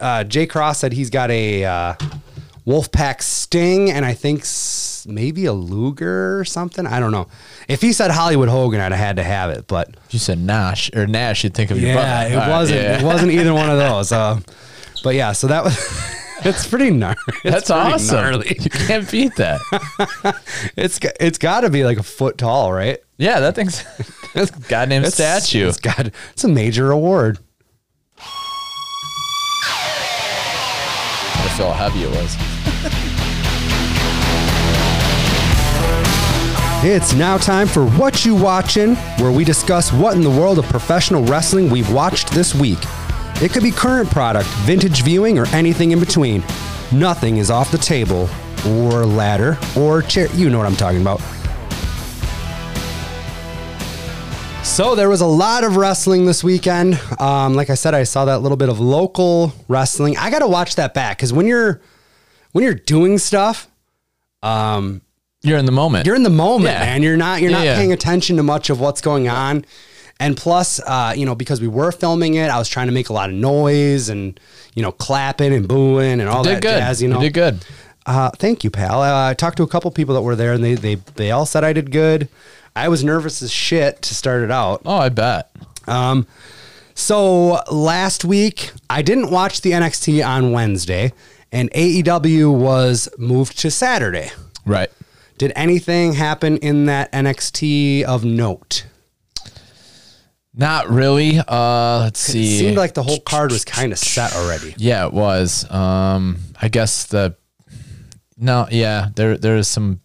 [SPEAKER 1] uh, Jay Cross said he's got a uh, Wolfpack Sting and I think s- maybe a Luger or something. I don't know. If he said Hollywood Hogan, I'd have had to have it, but
[SPEAKER 2] If you said Nash or Nash, you'd think of your
[SPEAKER 1] yeah,
[SPEAKER 2] brother.
[SPEAKER 1] it
[SPEAKER 2] All right,
[SPEAKER 1] wasn't.
[SPEAKER 2] yeah.
[SPEAKER 1] It wasn't either one (laughs) of those. Uh, but yeah, so that was. (laughs) It's pretty gnarly.
[SPEAKER 2] That's
[SPEAKER 1] pretty
[SPEAKER 2] awesome.
[SPEAKER 1] gnarly.
[SPEAKER 2] You can't beat that.
[SPEAKER 1] It's g- it's got to be like a foot tall, right?
[SPEAKER 2] yeah, that thing's (laughs) that's a goddamn statue.
[SPEAKER 1] (laughs) It's got it's a major award.
[SPEAKER 2] I feel how heavy it was.
[SPEAKER 1] It's now time for What You Watchin', where we discuss what in the world of professional wrestling we've watched this week. It could be current product, vintage viewing, or anything in between. Nothing is off the table, or ladder, or chair. You know what I'm talking about. So there was a lot of wrestling this weekend. Um, like I said, I saw that little bit of local wrestling. I got to watch that back because when you're when you're doing stuff, um,
[SPEAKER 2] You're in the moment.
[SPEAKER 1] you're in the moment,
[SPEAKER 2] Yeah.
[SPEAKER 1] man. You're not you're
[SPEAKER 2] Yeah,
[SPEAKER 1] not
[SPEAKER 2] yeah.
[SPEAKER 1] paying attention to much of what's going on. And plus, uh, you know, because we were filming it, I was trying to make a lot of noise and you know, clapping and booing and all
[SPEAKER 2] did
[SPEAKER 1] that
[SPEAKER 2] good.
[SPEAKER 1] jazz. You know,
[SPEAKER 2] did good.
[SPEAKER 1] Uh, thank you, pal. Uh, I talked to a couple people that were there, and they they they all said I did good. I was nervous as shit to start it out.
[SPEAKER 2] Oh, I bet.
[SPEAKER 1] So last week, I didn't watch the NXT on Wednesday, and AEW was moved to Saturday.
[SPEAKER 2] Right.
[SPEAKER 1] Did anything happen in that NXT of note?
[SPEAKER 2] Not really. Uh, let's
[SPEAKER 1] It
[SPEAKER 2] see.
[SPEAKER 1] seemed like the whole card was kind of set already.
[SPEAKER 2] yeah, it was. Um, I guess the no, yeah, there there is some.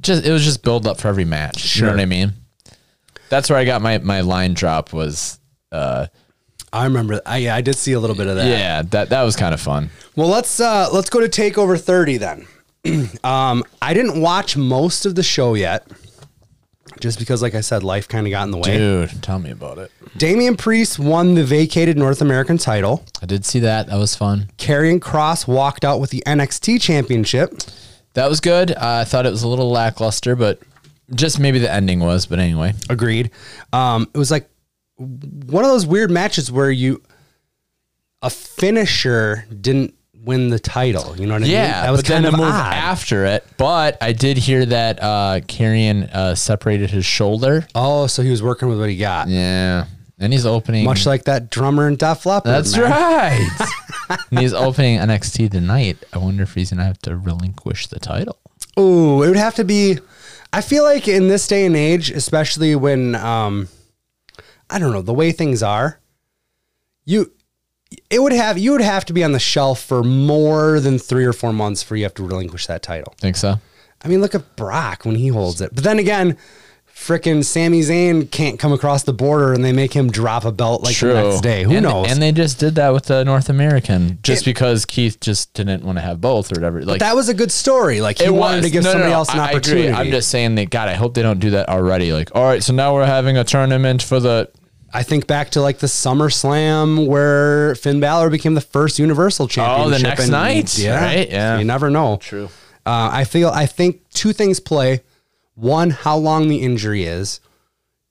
[SPEAKER 2] Just it was just build up for every match. You
[SPEAKER 1] Sure.
[SPEAKER 2] know what I mean? That's where I got my my line drop was. Uh,
[SPEAKER 1] I remember. I, yeah, I did see a little bit of that.
[SPEAKER 2] yeah, that that was kind of fun.
[SPEAKER 1] Well, let's uh, let's go to Takeover 30 then. (clears throat) um, I didn't watch most of the show yet, just because, like I said, life kind of got in the way.
[SPEAKER 2] Dude, tell me about it.
[SPEAKER 1] Damian Priest won the vacated North American title.
[SPEAKER 2] I did see that. That was fun.
[SPEAKER 1] Karrion Cross walked out with the NXT Championship.
[SPEAKER 2] That was good. I thought it was a little lackluster, but just maybe the ending was. But anyway,
[SPEAKER 1] Agreed. Um, it was like one of those weird matches where you a finisher didn't win the title. You know what I mean?
[SPEAKER 2] yeah,
[SPEAKER 1] that was
[SPEAKER 2] but then
[SPEAKER 1] kind of ah.
[SPEAKER 2] the move
[SPEAKER 1] odd.
[SPEAKER 2] after it. But I did hear that uh, Carrion uh, separated his shoulder.
[SPEAKER 1] oh, so he was working with what he got,
[SPEAKER 2] Yeah, and he's opening.
[SPEAKER 1] much like that drummer in Def Leppard.
[SPEAKER 2] That's
[SPEAKER 1] man.
[SPEAKER 2] right.
[SPEAKER 1] (laughs)
[SPEAKER 2] and he's opening NXT tonight. I wonder if he's gonna have to relinquish the title.
[SPEAKER 1] Ooh, it would have to be. I feel like in this day and age, especially when um, I don't know the way things are, you it would have you would have to be on the shelf for more than three or four months for you have to relinquish that title.
[SPEAKER 2] Think so?
[SPEAKER 1] I mean, look at Brock when he holds it, but then again. Frickin' Sami Zayn can't come across the border and they make him drop a belt like the next day. Who
[SPEAKER 2] and,
[SPEAKER 1] knows?
[SPEAKER 2] And they just did that with the North American, just because Keith just didn't want to have both or whatever. Like
[SPEAKER 1] that was a good story. Like he wanted to give
[SPEAKER 2] No, no,
[SPEAKER 1] somebody
[SPEAKER 2] no,
[SPEAKER 1] else an
[SPEAKER 2] I- I agree.
[SPEAKER 1] opportunity.
[SPEAKER 2] I'm just saying that. God, I hope they don't do that already. Like, all right, so now we're having a tournament for the.
[SPEAKER 1] I think back to like the SummerSlam where Finn Balor became the first Universal Champion.
[SPEAKER 2] Oh, next night,
[SPEAKER 1] yeah,
[SPEAKER 2] right? Yeah.
[SPEAKER 1] You never know. True. Uh, I feel I think two things play: one, how long the injury is;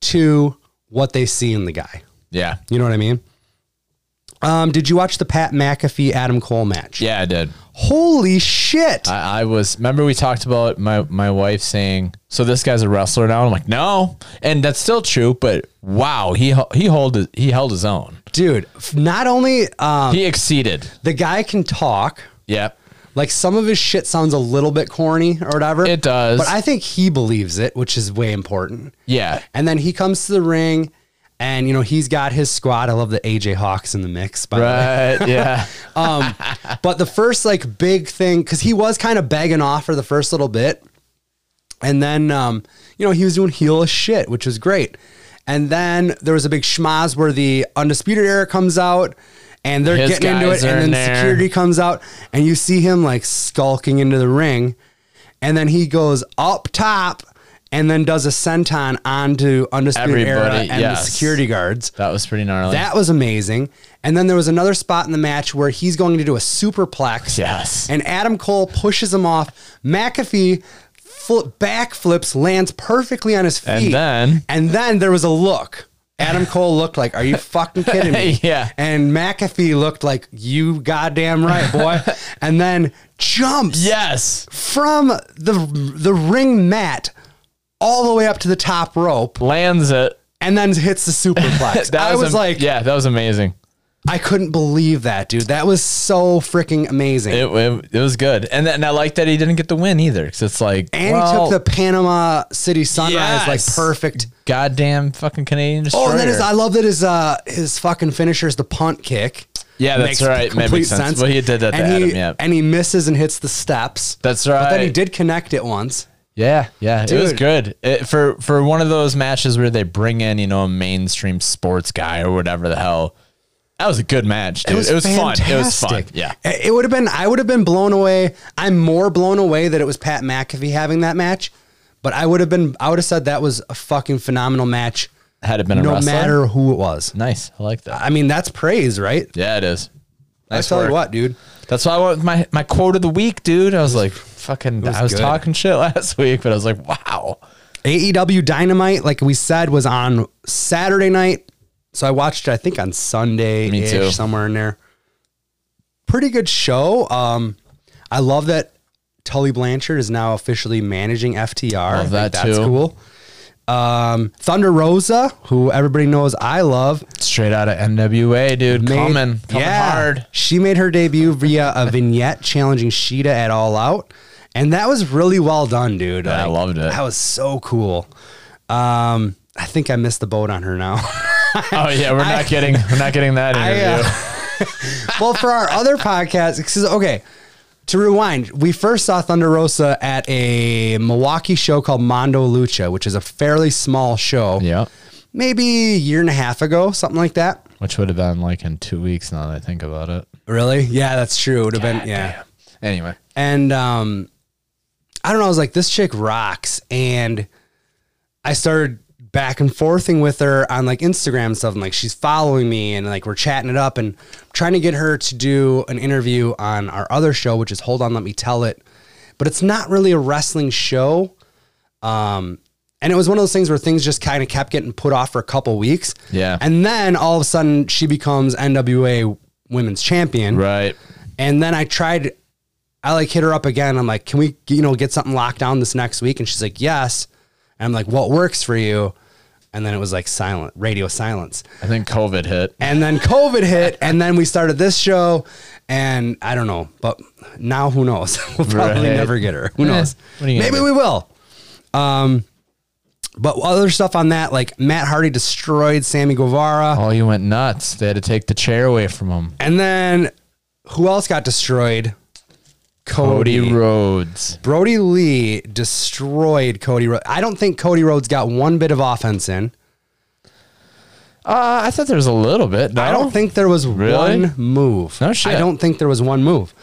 [SPEAKER 1] two, what they see in the guy.
[SPEAKER 2] Yeah,
[SPEAKER 1] You know what I mean? Um, did you watch the Pat McAfee Adam Cole match?
[SPEAKER 2] yeah, Uh, I did.
[SPEAKER 1] Holy shit!
[SPEAKER 2] I, I was. Remember, we talked about my my wife saying, "So this guy's a wrestler now." I'm like, "No," and that's still true. But wow, he hel- he hold he held his own.
[SPEAKER 1] Dude, f- not only um,
[SPEAKER 2] He exceeded.
[SPEAKER 1] the guy can talk.
[SPEAKER 2] Yeah,
[SPEAKER 1] Like some of his shit sounds a little bit corny or whatever.
[SPEAKER 2] It does.
[SPEAKER 1] But I think he believes it, which is way important. (laughs)
[SPEAKER 2] yeah.
[SPEAKER 1] And then he comes to the ring and you know he's got his squad. I love the AJ Hawks in the mix, by the way.
[SPEAKER 2] Right, yeah,
[SPEAKER 1] (laughs) But the first like big thing, because he was kind of begging off for the first little bit. And then um, you know, he was doing heel as shit, which was great. And then there was a big schmaz where the undisputed era comes out and they're
[SPEAKER 2] His
[SPEAKER 1] getting into it,
[SPEAKER 2] guys are
[SPEAKER 1] and
[SPEAKER 2] in
[SPEAKER 1] then
[SPEAKER 2] there.
[SPEAKER 1] security comes out, and you see him like skulking into the ring, and then he goes up top and then does a senton onto undisputed era
[SPEAKER 2] Everybody,
[SPEAKER 1] and
[SPEAKER 2] yes.
[SPEAKER 1] the security guards.
[SPEAKER 2] that was pretty gnarly.
[SPEAKER 1] That was amazing. And then there was another spot in the match where he's going to do a superplex.
[SPEAKER 2] Yes.
[SPEAKER 1] And Adam Cole pushes him off. McAfee flip, backflips, lands perfectly on his feet.
[SPEAKER 2] And then-
[SPEAKER 1] And then there was a look. Adam Cole looked like, "Are
[SPEAKER 2] (laughs)
[SPEAKER 1] you fucking kidding me?"
[SPEAKER 2] Yeah.
[SPEAKER 1] And McAfee looked like, "You goddamn right,
[SPEAKER 2] (laughs)
[SPEAKER 1] boy." and then jumps
[SPEAKER 2] yes,
[SPEAKER 1] from the the ring mat all the way up to the top rope,
[SPEAKER 2] lands it.
[SPEAKER 1] and then hits
[SPEAKER 2] (laughs)
[SPEAKER 1] the superplex.
[SPEAKER 2] That
[SPEAKER 1] I was
[SPEAKER 2] am-
[SPEAKER 1] like,
[SPEAKER 2] yeah, that was amazing.
[SPEAKER 1] I couldn't believe that, dude. That was so freaking amazing.
[SPEAKER 2] It, it, it was good, and th- and I like that he didn't get the win either, because it's like,
[SPEAKER 1] and
[SPEAKER 2] well,
[SPEAKER 1] he took the Panama City Sunrise
[SPEAKER 2] Yes.
[SPEAKER 1] like perfect.
[SPEAKER 2] goddamn fucking Canadian destroyer.
[SPEAKER 1] Oh, and then his, I love that his uh his fucking finisher is the punt kick.
[SPEAKER 2] Yeah, that's right. That makes sense. Well, he did that to
[SPEAKER 1] and he,
[SPEAKER 2] Adam, yeah.
[SPEAKER 1] And he misses and hits the steps.
[SPEAKER 2] That's
[SPEAKER 1] But then he
[SPEAKER 2] right.
[SPEAKER 1] did connect it once.
[SPEAKER 2] Yeah, yeah, it was
[SPEAKER 1] Dude.
[SPEAKER 2] good it, for for one of those matches where they bring in you know a mainstream sports guy or whatever the hell. That was a good match. Dude. It was, fun. It was fun.
[SPEAKER 1] fantastic.
[SPEAKER 2] Yeah,
[SPEAKER 1] It, would have been. I would have been blown away. I'm more blown away that it was Pat McAfee having that match. But I would have been. I would have said that was a fucking phenomenal match,
[SPEAKER 2] had it been a
[SPEAKER 1] no
[SPEAKER 2] wrestler,
[SPEAKER 1] matter who it was.
[SPEAKER 2] nice. I like that.
[SPEAKER 1] I mean, that's praise, right?
[SPEAKER 2] Yeah, it is. Nice
[SPEAKER 1] I tell
[SPEAKER 2] work.
[SPEAKER 1] you what, dude.
[SPEAKER 2] That's why I went with my my quote of the week, dude. I was like, fucking. I was
[SPEAKER 1] good.
[SPEAKER 2] talking shit (laughs) last week, but I was like, wow.
[SPEAKER 1] AEW E Dynamite, like we said, was on Saturday night. So I watched it, I think, on Sunday
[SPEAKER 2] Me too.
[SPEAKER 1] ish, somewhere in there. Pretty good show. Um, I love that Tully Blanchard is now officially managing FTR. I
[SPEAKER 2] Love
[SPEAKER 1] think
[SPEAKER 2] that
[SPEAKER 1] that's
[SPEAKER 2] too.
[SPEAKER 1] cool. Um, Thunder Rosa, who everybody knows I love,
[SPEAKER 2] Straight out of NWA, dude.
[SPEAKER 1] made- (laughs)
[SPEAKER 2] coming, coming hard.
[SPEAKER 1] She made her debut via a vignette challenging Sheeta at All Out, and that was really well done, dude.
[SPEAKER 2] Yeah, I loved it.
[SPEAKER 1] That was so cool. Um, I think I missed the boat on her
[SPEAKER 2] (laughs)
[SPEAKER 1] now.
[SPEAKER 2] Oh yeah, we're not getting we're not getting
[SPEAKER 1] (laughs)
[SPEAKER 2] that
[SPEAKER 1] I,
[SPEAKER 2] interview.
[SPEAKER 1] uh, (laughs) well, for our other podcast, 'cause- okay. To rewind, we first saw Thunder Rosa at a Milwaukee show called Mondo Lucha, which is a fairly small show.
[SPEAKER 2] yeah,
[SPEAKER 1] Maybe a year and a half ago, something like that.
[SPEAKER 2] which would have been like in two weeks. Now that I think about it.
[SPEAKER 1] Really? Yeah, that's true. It would have been yeah.
[SPEAKER 2] Anyway,
[SPEAKER 1] And um I don't know, I was like, this chick rocks. And I started back and forthing with her on like Instagram and stuff. And like she's following me and like we're chatting it up and I'm trying to get her to do an interview on our other show, which is Hold On, Let Me Tell It. But it's not really a wrestling show. Um and it was one of those things where things just kind of kept getting put off for a couple weeks.
[SPEAKER 2] Yeah.
[SPEAKER 1] And then all of a sudden she becomes NWA women's champion.
[SPEAKER 2] right.
[SPEAKER 1] And then I tried, I like hit her up again. I'm like, can we, you know, get something locked down this next week? And she's like, yes. And I'm like, what works for you? And then it was like silent, radio silence.
[SPEAKER 2] I think COVID hit.
[SPEAKER 1] And then COVID hit, and then we started this show. And I don't know, but now who knows? (laughs) We'll probably
[SPEAKER 2] Right.
[SPEAKER 1] never get her. Who
[SPEAKER 2] Eh,
[SPEAKER 1] knows?
[SPEAKER 2] what are you gonna
[SPEAKER 1] Maybe
[SPEAKER 2] do?
[SPEAKER 1] we will. Um, but other stuff on that, like Matt Hardy destroyed Sammy Guevara.
[SPEAKER 2] Oh, you went nuts. They had to take the chair away from him.
[SPEAKER 1] And then who else got destroyed?
[SPEAKER 2] Cody Rhodes.
[SPEAKER 1] Brody Lee destroyed Cody Rhodes. I don't think Cody Rhodes got one bit of offense in.
[SPEAKER 2] Uh, I thought there was a little bit. No?
[SPEAKER 1] I don't think there was
[SPEAKER 2] Oh. Really?
[SPEAKER 1] one move.
[SPEAKER 2] No shit.
[SPEAKER 1] I don't think there was one move.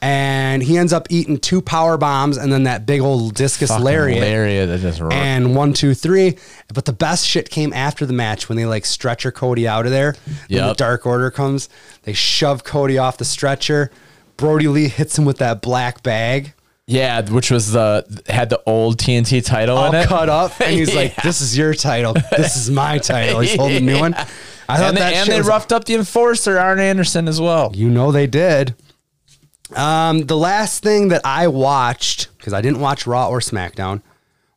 [SPEAKER 1] And he ends up eating two power bombs and then that big old discus
[SPEAKER 2] Fucking
[SPEAKER 1] lariat.
[SPEAKER 2] lariat that just roared.
[SPEAKER 1] and one, two, three. But the best shit came after the match when they like stretcher Cody out of there. Then The
[SPEAKER 2] Yep.
[SPEAKER 1] Dark Order comes. They shove Cody off the stretcher. Brody Lee hits him with that black bag.
[SPEAKER 2] Yeah, which was the had the old TNT title
[SPEAKER 1] all
[SPEAKER 2] on it.
[SPEAKER 1] cut up, and he's like,
[SPEAKER 2] (laughs) Yeah.
[SPEAKER 1] "This is your title. This is my title." He's holding a new
[SPEAKER 2] (laughs)
[SPEAKER 1] one. I thought
[SPEAKER 2] and they,
[SPEAKER 1] that
[SPEAKER 2] and
[SPEAKER 1] shit
[SPEAKER 2] they
[SPEAKER 1] was-
[SPEAKER 2] roughed up the enforcer Arn Anderson as well.
[SPEAKER 1] You know they did. Um, the last thing that I watched because I didn't watch Raw or SmackDown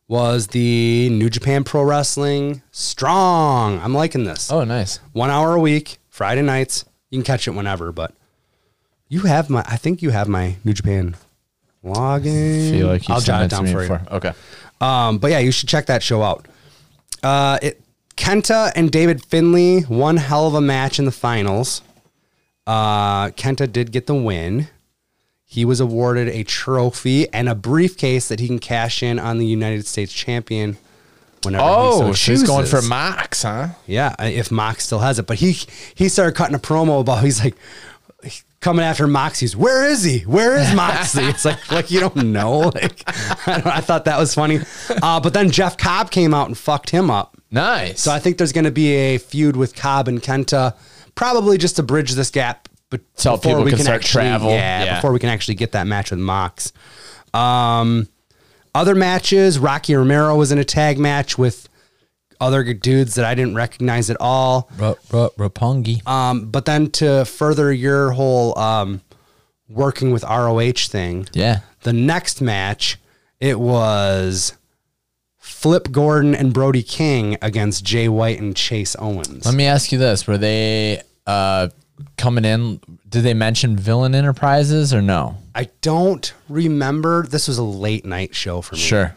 [SPEAKER 1] was the New Japan Pro Wrestling Strong. I'm liking this.
[SPEAKER 2] Oh, nice.
[SPEAKER 1] One hour a week, Friday nights. You can catch it whenever, but you have my. I think you have my New Japan login.
[SPEAKER 2] Feel like you
[SPEAKER 1] I'll jot
[SPEAKER 2] sent
[SPEAKER 1] it
[SPEAKER 2] it to
[SPEAKER 1] down
[SPEAKER 2] me
[SPEAKER 1] for you.
[SPEAKER 2] before. Okay.
[SPEAKER 1] Um, but yeah, you should check that show out. Uh, it, Kenta and David Finley, one hell of a match in the finals. Uh, Kenta did get the win. He was awarded a trophy and a briefcase that he can cash in on the United States champion whenever
[SPEAKER 2] Oh,
[SPEAKER 1] he so
[SPEAKER 2] she's going for
[SPEAKER 1] chooses.
[SPEAKER 2] Mox, huh?
[SPEAKER 1] Yeah, if Mox still has it, but he he started cutting a promo about he's like he's coming after Moxie's. Where is he? Where is Moxie? it's like like you don't know. Like (laughs) I, don't, I thought that was funny, uh, but then Jeff Cobb came out and fucked him up.
[SPEAKER 2] Nice.
[SPEAKER 1] So I think there's going to be a feud with Cobb and Kenta, probably just to bridge this gap. But
[SPEAKER 2] So people can start travel.
[SPEAKER 1] yeah,
[SPEAKER 2] Yeah.
[SPEAKER 1] before we can actually get that match with Mox. Um, other matches, Rocky Romero was in a tag match with other good dudes that I didn't recognize at all.
[SPEAKER 2] Rapongi.
[SPEAKER 1] Um, but then to further your whole um, working with ROH thing,
[SPEAKER 2] yeah.
[SPEAKER 1] the next match it was Flip Gordon and Brody King against Jay White and Chase Owens.
[SPEAKER 2] Let me ask you this: Were they uh, coming in? Did they mention Villain Enterprises or no?
[SPEAKER 1] I don't remember. This was a late night show for me.
[SPEAKER 2] Sure.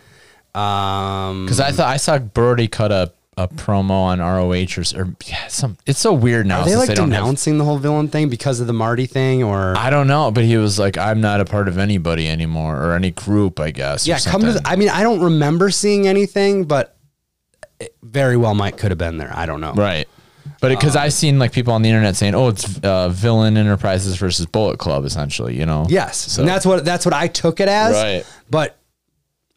[SPEAKER 1] Um,
[SPEAKER 2] Because I thought I saw Brody cut a, a promo on ROH or, s- or yeah, some. It's so weird now.
[SPEAKER 1] are they
[SPEAKER 2] since
[SPEAKER 1] like
[SPEAKER 2] don't have-
[SPEAKER 1] denouncing the whole villain thing because of the Marty thing, or
[SPEAKER 2] I don't know, but he was like, "I'm not a part of anybody anymore or any group, I guess." or
[SPEAKER 1] yeah? Come to.
[SPEAKER 2] something.
[SPEAKER 1] The, I mean, I don't remember seeing anything, but it very well might could have been there. I don't know.
[SPEAKER 2] right. But because I've seen like people on the internet saying, "Oh, it's uh, Villain Enterprises versus Bullet Club," essentially. You know.
[SPEAKER 1] Yes, and that's what that's what I took it as.
[SPEAKER 2] Right.
[SPEAKER 1] But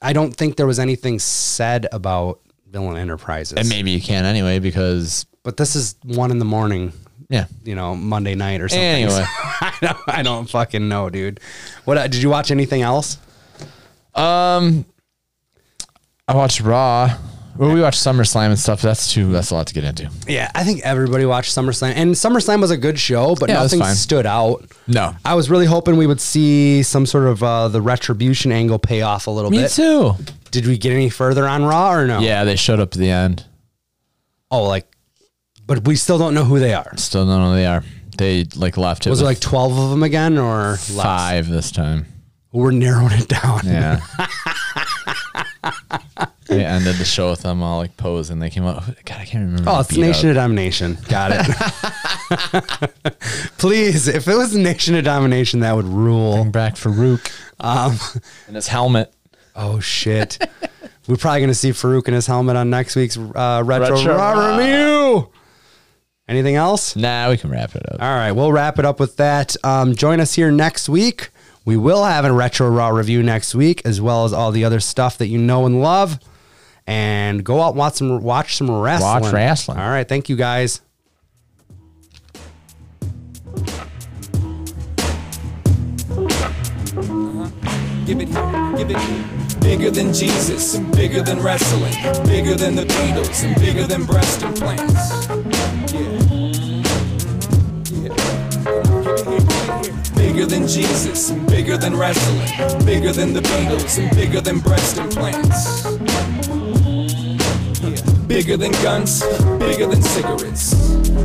[SPEAKER 1] I don't think there was anything said about Villain Enterprises.
[SPEAKER 2] And maybe you can anyway because
[SPEAKER 1] but this is one in the morning,
[SPEAKER 2] yeah.
[SPEAKER 1] you know, Monday night or something.
[SPEAKER 2] Anyway.
[SPEAKER 1] (laughs) I, don't, I don't fucking know, dude. What uh, did you watch anything else?
[SPEAKER 2] Um, I watched Raw. Well, we watched SummerSlam and stuff. That's too. That's a lot to get into.
[SPEAKER 1] Yeah, I think everybody watched SummerSlam, and SummerSlam was a good show, but
[SPEAKER 2] Yeah, it was
[SPEAKER 1] nothing
[SPEAKER 2] fine.
[SPEAKER 1] stood out.
[SPEAKER 2] No.
[SPEAKER 1] I was really hoping we would see some sort of uh, the retribution angle pay off a little
[SPEAKER 2] Me
[SPEAKER 1] bit.
[SPEAKER 2] too.
[SPEAKER 1] Did we get any further on Raw or no?
[SPEAKER 2] Yeah, they showed up at the end.
[SPEAKER 1] Oh, like, but we still don't know who they are.
[SPEAKER 2] Still don't know who they are. They like left it.
[SPEAKER 1] Was there
[SPEAKER 2] with
[SPEAKER 1] like 12 of them again or less?
[SPEAKER 2] five this time?
[SPEAKER 1] We're narrowing it down.
[SPEAKER 2] (laughs) Yeah. they ended the show with them all like posing. They came up. God, I can't remember.
[SPEAKER 1] Oh,
[SPEAKER 2] who
[SPEAKER 1] it's
[SPEAKER 2] beat
[SPEAKER 1] Nation of
[SPEAKER 2] up.
[SPEAKER 1] Domination. Got it. (laughs) Please, if it was Nation of Domination, that would rule.
[SPEAKER 2] Bring back Farouk
[SPEAKER 1] Um,
[SPEAKER 2] and his helmet.
[SPEAKER 1] oh
[SPEAKER 2] (laughs)
[SPEAKER 1] shit, we're probably gonna see Farouk in his helmet on next week's uh, retro,
[SPEAKER 2] Retro
[SPEAKER 1] Raw
[SPEAKER 2] Raw.
[SPEAKER 1] review. Anything else?
[SPEAKER 2] Nah, we can wrap it up.
[SPEAKER 1] All right, we'll wrap it up with that. Um, join us here next week. We will have a retro raw review next week, as well as all the other stuff that you know and love. And go out and watch some watch some wrestling.
[SPEAKER 2] Watch wrestling.
[SPEAKER 1] All right, thank you guys.
[SPEAKER 4] Give it here, give it here. Bigger than Jesus and bigger than wrestling. Bigger than the Beatles and bigger than breast implants. Yeah. Yeah. Give it here, give it here. Bigger than Jesus and bigger than wrestling. Bigger than the Beatles and bigger than breast implants. Yeah. Bigger than guns, bigger than cigarettes.